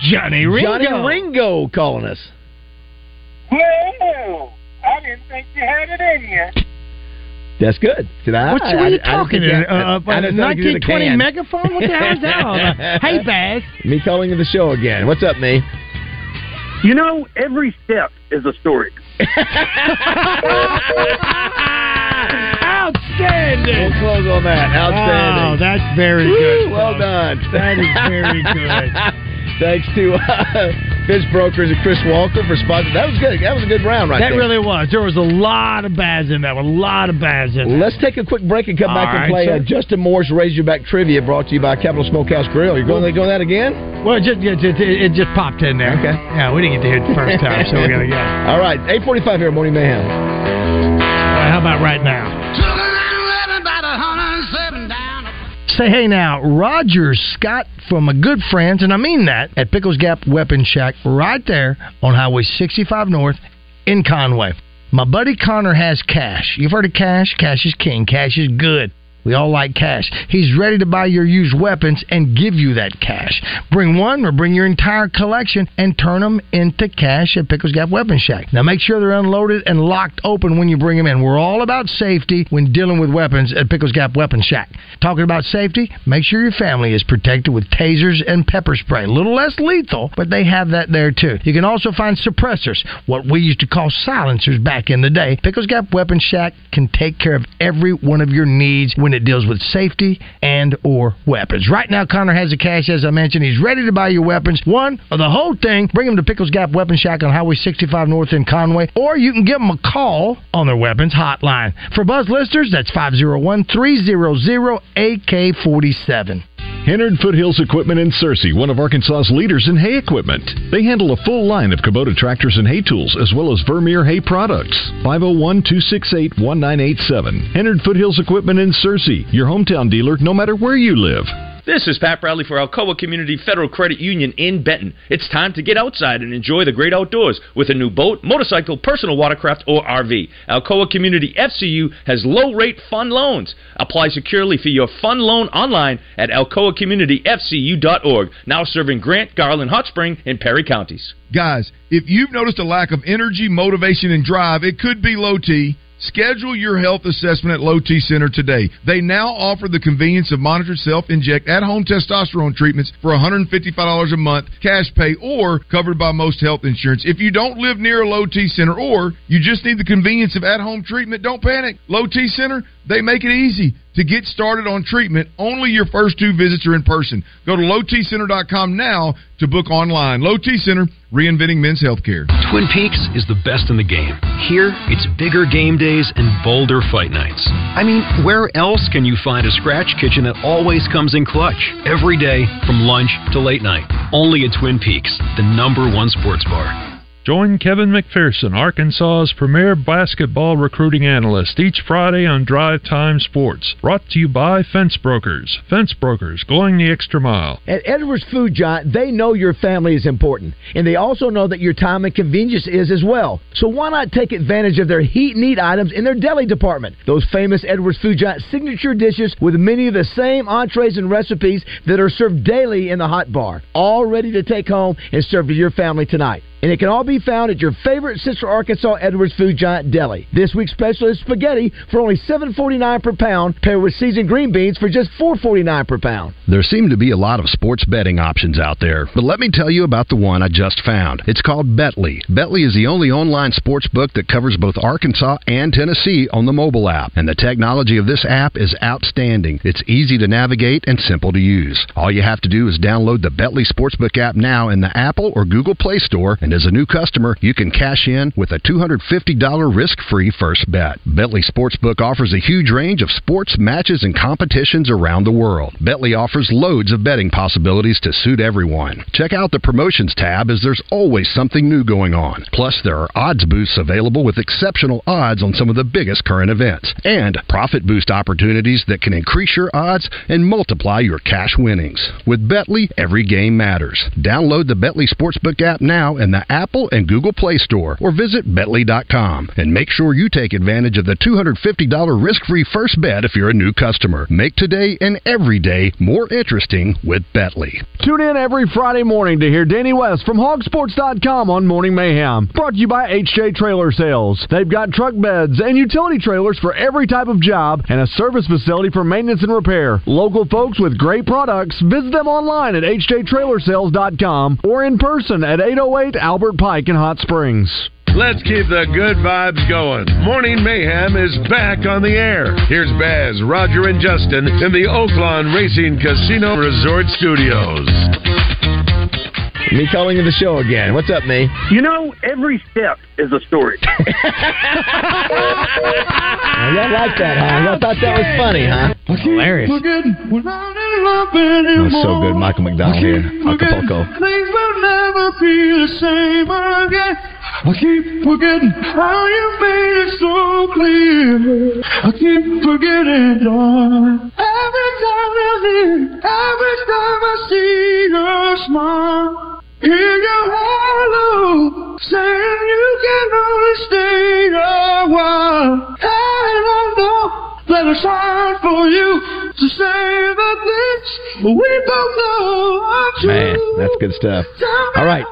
[SPEAKER 4] Johnny Ringo.
[SPEAKER 5] Johnny Ringo calling us.
[SPEAKER 14] Well, I didn't think you had it in you.
[SPEAKER 5] That's good. Did I?
[SPEAKER 4] What's-
[SPEAKER 5] I,
[SPEAKER 4] what are you
[SPEAKER 5] I- I don't
[SPEAKER 4] talking?
[SPEAKER 5] think I-
[SPEAKER 4] Uh,
[SPEAKER 5] I-
[SPEAKER 4] uh,
[SPEAKER 5] I don't think you did a
[SPEAKER 4] 1920
[SPEAKER 5] can.
[SPEAKER 4] megaphone? What the hell is that all about? Hey, Baz.
[SPEAKER 5] Me calling you the show again. What's up, me?
[SPEAKER 2] You know, every step is a story.
[SPEAKER 4] Outstanding.
[SPEAKER 5] We'll close on that. Outstanding.
[SPEAKER 4] Oh, that's very good.
[SPEAKER 5] Woo, well done.
[SPEAKER 4] That is very good.
[SPEAKER 5] Thanks to uh, Fence Brokers and Chris Walker for sponsoring. That was good. That was a good round, right
[SPEAKER 4] that
[SPEAKER 5] there.
[SPEAKER 4] really was. There was a lot of bads in that. A lot of bads in that.
[SPEAKER 5] Let's take a quick break and come back
[SPEAKER 4] All
[SPEAKER 5] and
[SPEAKER 4] right,
[SPEAKER 5] play uh,
[SPEAKER 4] sir.
[SPEAKER 5] Justin Moore's Razorback Trivia, brought to you by Capital Smokehouse Grill. You're going to go that again?
[SPEAKER 4] Well, it just, it, just, it just popped in there. Okay. Yeah, we didn't get to hear it the first time, so we're gonna go.
[SPEAKER 5] All right, 8:45 here, Morning
[SPEAKER 4] Well,
[SPEAKER 5] Mayhem.
[SPEAKER 4] how about right now? Say hey now, Roger Scott from a good friends, and I mean that at Pickles Gap Weapon Shack right there on Highway 65 North in Conway. My buddy Connor has cash. You've heard of cash? Cash is king. Cash is good. We all like cash. He's ready to buy your used weapons and give you that cash. Bring one or bring your entire collection and turn them into cash at Pickles Gap Weapon Shack. Now make sure they're unloaded and locked open when you bring them in. We're all about safety when dealing with weapons at Pickles Gap Weapon Shack. Talking about safety, make sure your family is protected with tasers and pepper spray. A little less lethal, but they have that there too. You can also find suppressors, what we used to call silencers back in the day. Pickles Gap Weapon Shack can take care of every one of your needs when it deals with safety and or weapons. Right now, Connor has the cash, as I mentioned. He's ready to buy your weapons, one or the whole thing. Bring him to Pickles Gap Weapon Shack on Highway 65 North in Conway, or you can give him a call on their weapons hotline. For Buzz listeners, that's 501 300 AK 47.
[SPEAKER 18] Hennard Foothills Equipment in Searcy, one of Arkansas's leaders in hay equipment. They handle a full line of Kubota tractors and hay tools, as well as Vermeer hay products. 501 268 1987. Hennard Foothills Equipment in Searcy, your hometown dealer, no matter where you live.
[SPEAKER 19] This is Pat Bradley for Alcoa Community Federal Credit Union in Benton. It's time to get outside and enjoy the great outdoors with a new boat, motorcycle, personal watercraft, or RV. Alcoa Community FCU has low rate fun loans. Apply securely for your fun loan online at alcoacommunityfcu.org, now serving Grant, Garland, Hot Spring, and Perry counties.
[SPEAKER 20] Guys, if you've noticed a lack of energy, motivation, and drive, it could be low T. Schedule your health assessment at Low T Center today. They now offer the convenience of monitored self inject at home testosterone treatments for $155 a month, cash pay, or covered by most health insurance. If you don't live near a Low T Center or you just need the convenience of at home treatment, don't panic. Low T Center, they make it easy to get started on treatment. Only your first two visits are in person. Go to lowtcenter.com now to book online. Low T Center, reinventing men's healthcare.
[SPEAKER 21] Twin Peaks is the best in the game. Here, it's bigger game days and bolder fight nights. I mean, where else can you find a scratch kitchen that always comes in clutch? Every day, from lunch to late night. Only at Twin Peaks, the number one sports bar.
[SPEAKER 22] Join Kevin McPherson, Arkansas's premier basketball recruiting analyst, each Friday on Drive Time Sports. Brought to you by Fence Brokers. Fence Brokers, going the extra mile.
[SPEAKER 23] At Edwards Food Giant, they know your family is important, and they also know that your time and convenience is as well. So why not take advantage of their heat and eat items in their deli department? Those famous Edwards Food Giant signature dishes with many of the same entrees and recipes that are served daily in the hot bar, all ready to take home and serve to your family tonight. And it can all be found at your favorite Central Arkansas Edwards Food Giant Deli. This week's special is spaghetti for only $7.49 per pound, paired with seasoned green beans for just $4.49 per pound.
[SPEAKER 24] There seem to be a lot of sports betting options out there, but let me tell you about the one I just found. It's called Betley. Betley is the only online sports book that covers both Arkansas and Tennessee on the mobile app, and the technology of this app is outstanding. It's easy to navigate and simple to use. All you have to do is download the Betley Sportsbook app now in the Apple or Google Play Store, and as a new customer, you can cash in with a $250 risk-free first bet. Betley Sportsbook offers a huge range of sports, matches, and competitions around the world. Betley offers loads of betting possibilities to suit everyone. Check out the promotions tab as there's always something new going on. Plus, there are odds boosts available with exceptional odds on some of the biggest current events and profit boost opportunities that can increase your odds and multiply your cash winnings. With Betley, every game matters. Download the Betley Sportsbook app now in the Apple and Google Play Store or visit betley.com and make sure you take advantage of the $250 risk-free first bet if you're a new customer. Make today and every day more interesting with Betley.
[SPEAKER 25] Tune in every Friday morning to hear Danny West from hogsports.com on Morning Mayhem. Brought to you by HJ Trailer Sales. They've got truck beds and utility trailers for every type of job and a service facility for maintenance and repair. Local folks with great products, visit them online at hjtrailersales.com or in person at 808 Albert Pike in Hot Springs.
[SPEAKER 8] Let's keep the good vibes going. Morning Mayhem is back on the air. Here's Baz, Roger, and Justin in the Oaklawn Racing Casino Resort Studios.
[SPEAKER 5] Me calling in the show again. What's up, me?
[SPEAKER 1] You know, every step is a story.
[SPEAKER 5] Y'all like that, huh? Y'all thought that was funny, huh?
[SPEAKER 2] Hilarious.
[SPEAKER 5] That was so
[SPEAKER 4] Oh,
[SPEAKER 5] good, Michael McDonald here, Acapulco.
[SPEAKER 2] Things will never be the same again. I keep forgetting how you made it so clear. I keep forgetting it all. Every time I leave, every time I see your smile, hear your hello, saying you can only stay a while. And I know that it's hard for you to say that this we both know are true.
[SPEAKER 5] Man, that's good stuff. All right,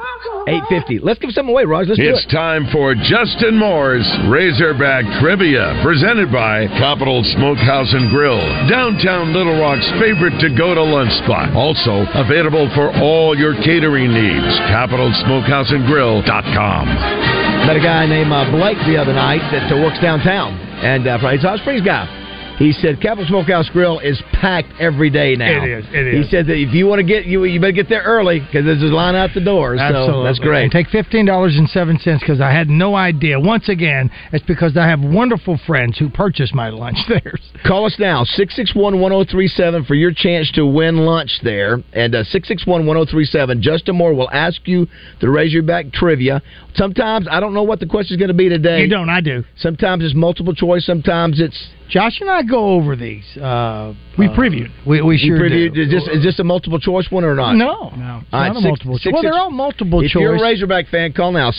[SPEAKER 5] 850. Let's give some away, Raj. Let's do
[SPEAKER 8] it's
[SPEAKER 5] it.
[SPEAKER 8] time for Justin Moore's Razorback Trivia, presented by Capital Smokehouse and Grill, downtown Little Rock's favorite to-go to lunch spot. Also available for all your catering needs. CapitalSmokehouseandGrill.com.
[SPEAKER 5] Met a guy named uh, Blake the other night that uh, works downtown, and uh, he's a Hot Springs guy. He said Capital Smokehouse Grill is packed every day now.
[SPEAKER 4] It is, it is.
[SPEAKER 5] He said that if you want to get you, you better get there early because there's a line out the door. So that's great.
[SPEAKER 4] And take fifteen dollars and seven cents because I had no idea. Once again, it's because I have wonderful friends who purchase my lunch there.
[SPEAKER 5] Call us now, 661 1037, for your chance to win lunch there. And uh, 661 1037, Justin Moore will ask you the Razorback trivia. Sometimes, I don't know what the question's going to be today.
[SPEAKER 4] You don't, I do.
[SPEAKER 5] Sometimes it's multiple choice, sometimes it's.
[SPEAKER 4] Josh and I go over these. Uh,
[SPEAKER 5] we
[SPEAKER 4] previewed. we, we sure
[SPEAKER 5] previewed.
[SPEAKER 4] do.
[SPEAKER 5] Is this, is this a multiple choice one or not?
[SPEAKER 4] No, no, it's
[SPEAKER 5] All right,
[SPEAKER 4] not a
[SPEAKER 5] six-
[SPEAKER 4] multiple.
[SPEAKER 5] six-
[SPEAKER 4] well,
[SPEAKER 5] six-
[SPEAKER 4] they're all multiple
[SPEAKER 5] if
[SPEAKER 4] choice.
[SPEAKER 5] you're a Razorback fan, call now.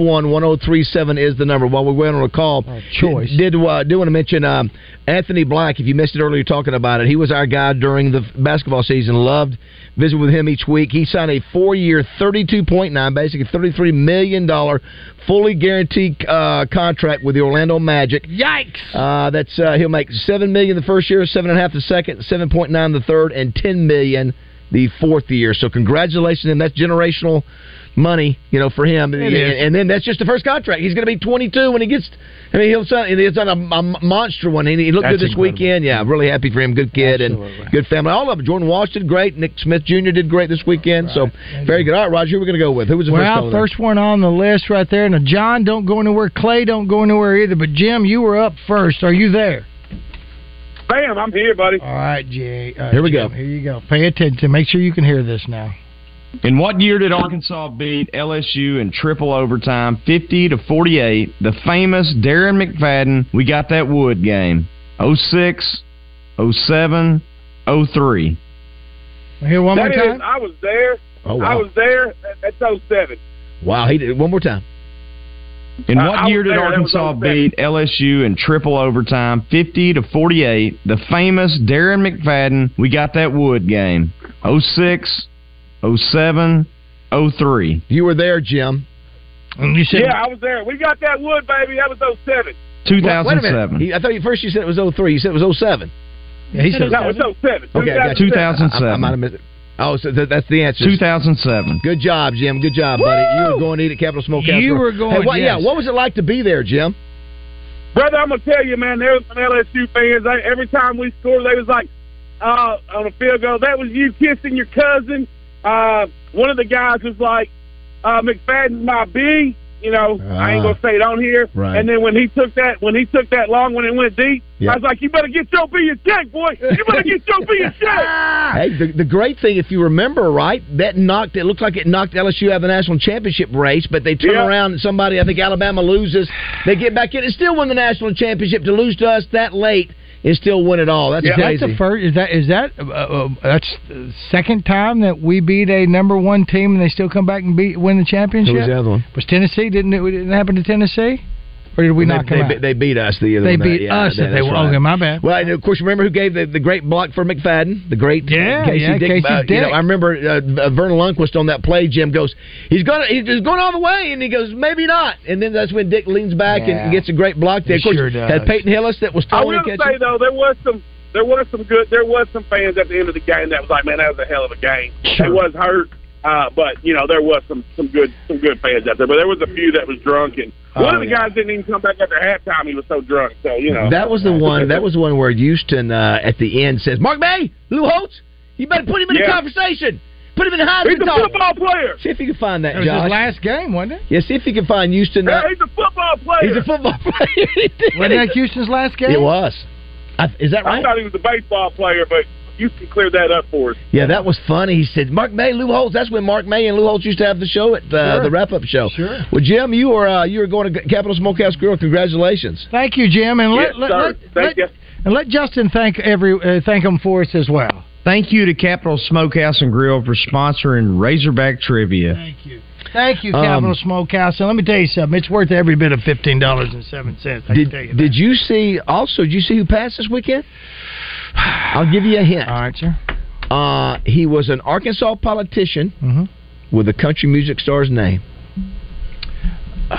[SPEAKER 5] 661-1037 is the number. While we wait on a call,
[SPEAKER 4] Oh,
[SPEAKER 5] choice. Did uh, do want to mention um, Anthony Black? If you missed it earlier, talking about it, he was our guy during the basketball season. Loved visit with him each week. He signed a four-year, thirty-two point nine, basically thirty-three million dollar, fully guaranteed uh, contract with the Orlando Magic.
[SPEAKER 4] Yikes!
[SPEAKER 5] Uh, that's uh, he'll make seven million the first year, seven and a half the second, seven point nine the third, and ten million the fourth year. So congratulations, and that's generational money, you know, for him.
[SPEAKER 2] It
[SPEAKER 5] and,
[SPEAKER 2] is.
[SPEAKER 5] and then that's just the first contract. He's going to be twenty two when he gets. I mean, he'll sign. It's on a, a monster one. And he looked
[SPEAKER 2] That's
[SPEAKER 5] good this
[SPEAKER 2] incredible.
[SPEAKER 5] weekend. Yeah, really happy for him. Good kid and good family. All of them. Jordan Walsh did great. Nick Smith Jr. did great this weekend. So very good. All right, Roger, who are we going to go with? Who was the first?
[SPEAKER 4] well,
[SPEAKER 5] caller
[SPEAKER 4] first,
[SPEAKER 5] there?
[SPEAKER 4] one on the list right there. Now, John, don't go anywhere. Clay, don't go anywhere either. But Jim, you were up first. Are you there?
[SPEAKER 3] Bam, I'm here, buddy.
[SPEAKER 4] All right, Jay. Uh,
[SPEAKER 3] Here we
[SPEAKER 4] Jim,
[SPEAKER 3] go.
[SPEAKER 4] Here you go. Pay attention. Make sure you can hear this now.
[SPEAKER 7] In what year did Arkansas beat LSU in triple overtime, 50 to 48? The famous Darren McFadden, we got that wood game. 06, 07, 03.
[SPEAKER 4] Here one
[SPEAKER 3] That is- I was there.
[SPEAKER 5] Oh, wow.
[SPEAKER 3] I was there. That- That's 07.
[SPEAKER 5] Wow, he did it one more time.
[SPEAKER 7] In
[SPEAKER 5] I-
[SPEAKER 7] what
[SPEAKER 5] I was
[SPEAKER 7] year did
[SPEAKER 5] there. That was
[SPEAKER 7] Arkansas
[SPEAKER 5] 07.
[SPEAKER 7] beat LSU in triple overtime, 50 to 48? The famous Darren McFadden, we got that wood game. 06, 07, 03.
[SPEAKER 5] You were there, Jim.
[SPEAKER 4] And you
[SPEAKER 7] said
[SPEAKER 3] Yeah, I was there. We got that wood, baby. That was 07.
[SPEAKER 5] Wait a minute.
[SPEAKER 7] 2007.
[SPEAKER 5] He- I thought you first you said it was 03. You said it was 07.
[SPEAKER 4] Yeah, he said
[SPEAKER 3] that was 07.
[SPEAKER 5] Okay, I got you.
[SPEAKER 7] 2007.
[SPEAKER 5] I, I might have missed it. Oh, so th- that's the answer.
[SPEAKER 7] 2007.
[SPEAKER 5] Good job, Jim. Good job, buddy. You were going to eat at Capital Smokehouse.
[SPEAKER 3] You were
[SPEAKER 5] Hey,
[SPEAKER 3] going,
[SPEAKER 5] what-
[SPEAKER 3] yes.
[SPEAKER 5] Yeah. What was it like to be there, Jim?
[SPEAKER 3] Brother, I'm gonna tell you, man. There was some LSU fans. They, every time we scored, they was like, uh, on a field goal, that was you kissing your cousin. Uh, one of the guys was like, uh, McFadden's my B. You know, I ain't
[SPEAKER 5] Ah.
[SPEAKER 3] gonna say it on here.
[SPEAKER 5] Right.
[SPEAKER 3] And then when he took that, when he took that long one and went deep,
[SPEAKER 5] Yeah.
[SPEAKER 3] I was like, you better get your B in check, boy. You better get your B in check.
[SPEAKER 5] Hey, the, the great thing, if you remember right, that knocked. It looked like it knocked LSU out of the national championship race, but they turn
[SPEAKER 3] Yeah.
[SPEAKER 5] around and somebody, I think Alabama loses. They get back in and still win the national championship. To lose to us that late and still win it all. That's
[SPEAKER 4] that's
[SPEAKER 5] crazy.
[SPEAKER 4] the first. Is that is that uh, uh, that's the second time that we beat a number one team and they still come back and beat win the championship?
[SPEAKER 5] Who was the other one?
[SPEAKER 4] Was Tennessee? Didn't it, didn't it happen to Tennessee? Or did we
[SPEAKER 5] they,
[SPEAKER 4] knock
[SPEAKER 5] they,
[SPEAKER 4] them out?
[SPEAKER 5] be- They beat us the other.
[SPEAKER 4] They
[SPEAKER 5] one
[SPEAKER 4] beat
[SPEAKER 5] that, yeah,
[SPEAKER 4] us
[SPEAKER 5] that-
[SPEAKER 4] if they
[SPEAKER 5] that's
[SPEAKER 4] were-
[SPEAKER 5] right.
[SPEAKER 4] okay, my bad.
[SPEAKER 5] Well, and of course, remember who gave the, the great block for McFadden? The great
[SPEAKER 4] Yeah,
[SPEAKER 5] uh, Casey
[SPEAKER 4] yeah,
[SPEAKER 5] Dick.
[SPEAKER 4] Casey
[SPEAKER 5] uh, You know,
[SPEAKER 4] Dick.
[SPEAKER 5] I remember uh, uh, Vernon Lundquist on that play. Jim goes, he's going, he's going all the way, and he goes, maybe not. And then that's when Dick leans back
[SPEAKER 3] Yeah.
[SPEAKER 5] and gets a great block. There,
[SPEAKER 3] He
[SPEAKER 5] of course,
[SPEAKER 3] sure does.
[SPEAKER 5] had Peyton Hillis that was
[SPEAKER 3] I
[SPEAKER 5] throwing
[SPEAKER 3] will
[SPEAKER 5] and
[SPEAKER 3] say
[SPEAKER 5] catching.
[SPEAKER 3] though, there was some, there was some good, there was some fans at the end of the game that was like, man, that was a hell of a game. It was hurt, uh, but you know there was some some good some good fans out there. But there was a few that was drunk, and
[SPEAKER 5] Oh,
[SPEAKER 3] one of the guys didn't even come back after halftime. He was so drunk, so you know
[SPEAKER 5] That was the one. That was the one where Houston uh, at the end says, "Mark May, Lou Holtz, you better put him in the
[SPEAKER 3] Yeah.
[SPEAKER 5] conversation. Put him in high
[SPEAKER 3] He's a football player.
[SPEAKER 5] See if you can find that,
[SPEAKER 4] That was his
[SPEAKER 5] Josh.
[SPEAKER 4] last game, wasn't it?
[SPEAKER 5] Yeah, see if you can find Houston.
[SPEAKER 4] Yeah,
[SPEAKER 5] he's a football player. He's a football player. He did
[SPEAKER 4] Wasn't
[SPEAKER 5] it.
[SPEAKER 4] that Houston's last game?
[SPEAKER 5] It was. I, is that
[SPEAKER 3] I
[SPEAKER 5] right?
[SPEAKER 3] thought he was a baseball player, but you can clear that up for us.
[SPEAKER 5] Yeah, that was funny. He said, Mark May, Lou Holtz. That's when Mark May and Lou Holtz used to have the show at uh, the,
[SPEAKER 4] Sure.
[SPEAKER 5] the wrap up show.
[SPEAKER 4] Sure.
[SPEAKER 5] Well, Jim, you are uh, you are going to Capital Smokehouse Grill. Congratulations.
[SPEAKER 4] Thank you, Jim, and let
[SPEAKER 5] Yes,
[SPEAKER 4] let,
[SPEAKER 5] sir.
[SPEAKER 4] let,
[SPEAKER 5] Thank
[SPEAKER 4] let-
[SPEAKER 5] you.
[SPEAKER 4] and let Justin thank every uh, thank him for us as well.
[SPEAKER 7] Thank you to Capital Smokehouse and Grill for sponsoring Razorback Trivia.
[SPEAKER 4] Thank you,
[SPEAKER 7] Um,
[SPEAKER 4] Capital Smokehouse. And let me tell you something; it's worth every bit of fifteen dollars and seven cents. I
[SPEAKER 5] Did
[SPEAKER 4] can tell you.
[SPEAKER 5] Did you see? Also, did you see who passed this weekend? I'll give you a hint. All
[SPEAKER 4] right, sir.
[SPEAKER 5] Uh, he was an Arkansas politician
[SPEAKER 4] Mm-hmm.
[SPEAKER 5] with a country music star's name.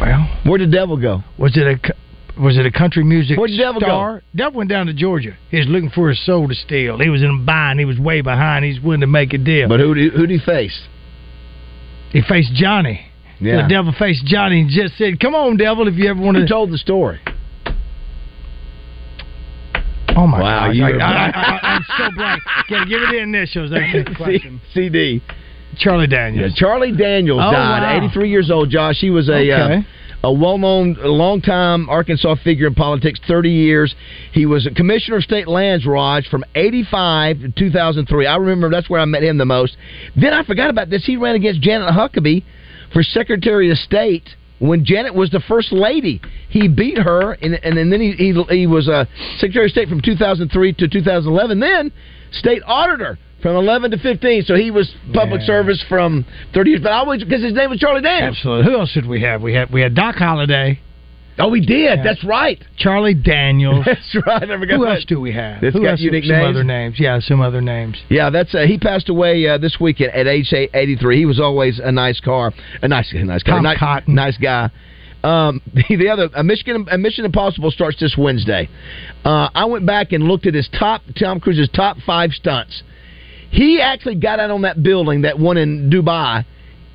[SPEAKER 4] Well,
[SPEAKER 5] where did Devil go?
[SPEAKER 4] Was it a co- was it a country music
[SPEAKER 5] Where'd Devil go?
[SPEAKER 4] star? Devil went down to Georgia. He was looking for his soul to steal. He was in a bind. He was way behind. He's willing to make a deal.
[SPEAKER 5] But who did, who did he face?
[SPEAKER 4] He faced Johnny.
[SPEAKER 5] Yeah.
[SPEAKER 4] The devil faced Johnny and just said, "Come on, devil, if you ever want to."
[SPEAKER 5] Who told the story?
[SPEAKER 4] Oh my
[SPEAKER 5] wow,
[SPEAKER 4] God.
[SPEAKER 5] You
[SPEAKER 4] I-
[SPEAKER 5] were-
[SPEAKER 4] I- I- Uh, I'm so blank. Can give me the initials. That's the question.
[SPEAKER 5] CD.
[SPEAKER 4] Charlie Daniels.
[SPEAKER 5] Yeah, Charlie Daniels
[SPEAKER 4] Oh,
[SPEAKER 5] died,
[SPEAKER 4] wow.
[SPEAKER 5] 83 years old. Josh, he was a uh,
[SPEAKER 4] Okay.
[SPEAKER 5] a well-known, a long-time Arkansas figure in politics, 30 years. He was a commissioner of state lands, Raj, from 85 to 2003. I remember that's where I met him the most. Then I forgot about this. He ran against Janet Huckabee for Secretary of State when Janet was the first lady. He beat her, and and, and then he, he he was uh, Secretary of State from 2003 to 2011. Then state auditor from 11 to 15. So he was public service from 30 years. But I always because his name was Charlie Daniels.
[SPEAKER 4] Absolutely. Who else did we have? We had we had Doc Holliday.
[SPEAKER 5] Oh, we did. That's right.
[SPEAKER 4] Charlie Daniels.
[SPEAKER 5] That's right. I never got
[SPEAKER 4] Who
[SPEAKER 5] that.
[SPEAKER 4] else do we have?
[SPEAKER 5] That's
[SPEAKER 4] Who
[SPEAKER 5] got
[SPEAKER 4] else?
[SPEAKER 5] unique
[SPEAKER 4] some
[SPEAKER 5] names.
[SPEAKER 4] other names. Yeah, some other names.
[SPEAKER 5] Yeah, that's uh, he passed away uh, this weekend at age eight- 83. He was always a nice car, a nice, a nice
[SPEAKER 4] Tom
[SPEAKER 5] car, nice, nice guy. Um, the, the other a Michigan a Mission Impossible starts this Wednesday. Uh, I went back and looked at his top Tom Cruise's top five stunts. He actually got out on that building, that one in Dubai.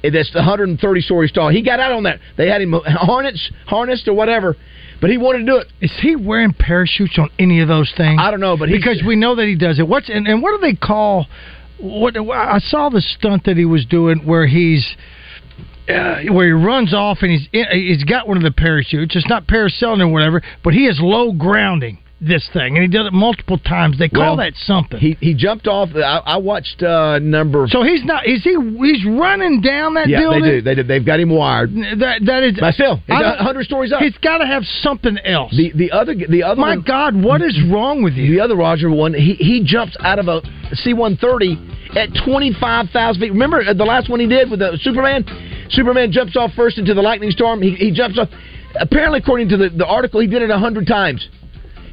[SPEAKER 5] eh, That's the 130 story tall. He got out on that. They had him harnessed, harnessed or whatever, but he wanted to do it.
[SPEAKER 4] Is he wearing parachutes on any of those things?
[SPEAKER 5] I don't know, but he,
[SPEAKER 4] because we know that he does it. What's and, and what do they call? What I saw the stunt that he was doing where he's uh, where he runs off and he's in, he's got one of the parachutes. It's not parasailing or whatever, but he is low grounding this thing, and he does it multiple times. They call
[SPEAKER 5] Well,
[SPEAKER 4] that something.
[SPEAKER 5] He he jumped off. I, I watched uh, number.
[SPEAKER 4] so he's not. Is he? He's running down that
[SPEAKER 5] yeah,
[SPEAKER 4] building.
[SPEAKER 5] they do. They do. They've got him wired.
[SPEAKER 4] That that is
[SPEAKER 5] Myself. He's
[SPEAKER 4] I
[SPEAKER 5] got
[SPEAKER 4] don't-
[SPEAKER 5] 100 stories up.
[SPEAKER 4] He's got to have something else.
[SPEAKER 5] The the other the other.
[SPEAKER 4] My
[SPEAKER 5] God,
[SPEAKER 4] what is wrong with you?
[SPEAKER 5] The other Roger one. He he jumps out of a C one thirty at twenty five thousand feet. Remember uh, the last one he did with the Superman. Superman jumps off first into the lightning storm. He he jumps off. Apparently, according to the, the article, he did it hundred times.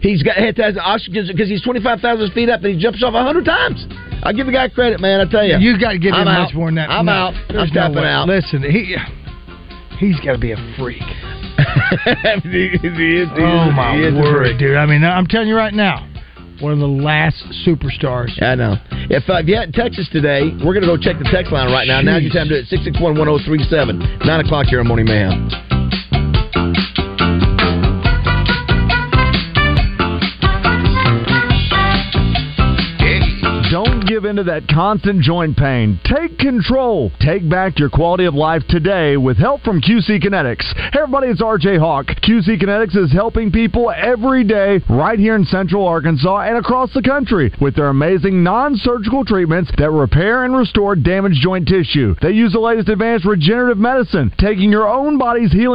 [SPEAKER 5] He's got he has oxygen because he's twenty five thousand feet up and he jumps off hundred times. I give the guy credit, man. I tell you,
[SPEAKER 4] You got to give
[SPEAKER 5] I'm
[SPEAKER 4] him
[SPEAKER 5] out.
[SPEAKER 4] much more than that.
[SPEAKER 5] I'm
[SPEAKER 4] No,
[SPEAKER 5] out. I'm
[SPEAKER 4] there's no
[SPEAKER 5] tapping
[SPEAKER 4] way.
[SPEAKER 5] out.
[SPEAKER 4] Listen, he he's got to be a freak.
[SPEAKER 5] he
[SPEAKER 4] oh
[SPEAKER 5] is-
[SPEAKER 4] my
[SPEAKER 5] he is a freak.
[SPEAKER 4] word, dude! I mean, I'm telling you right now, one of the last superstars.
[SPEAKER 5] I know. If, uh, if you're out in Texas today, we're going to go check the text line right now. Now's your time to do it. 661 1037. 9 o'clock here on Morning Mayhem.
[SPEAKER 25] Don't give in to that constant joint pain. Take control. Take back your quality of life today with help from QC Kinetics. Hey everybody, it's RJ Hawk. QC Kinetics is helping people every day right here in Central Arkansas and across the country with their amazing non-surgical treatments that repair and restore damaged joint tissue. They use the latest advanced regenerative medicine, taking your own body's healing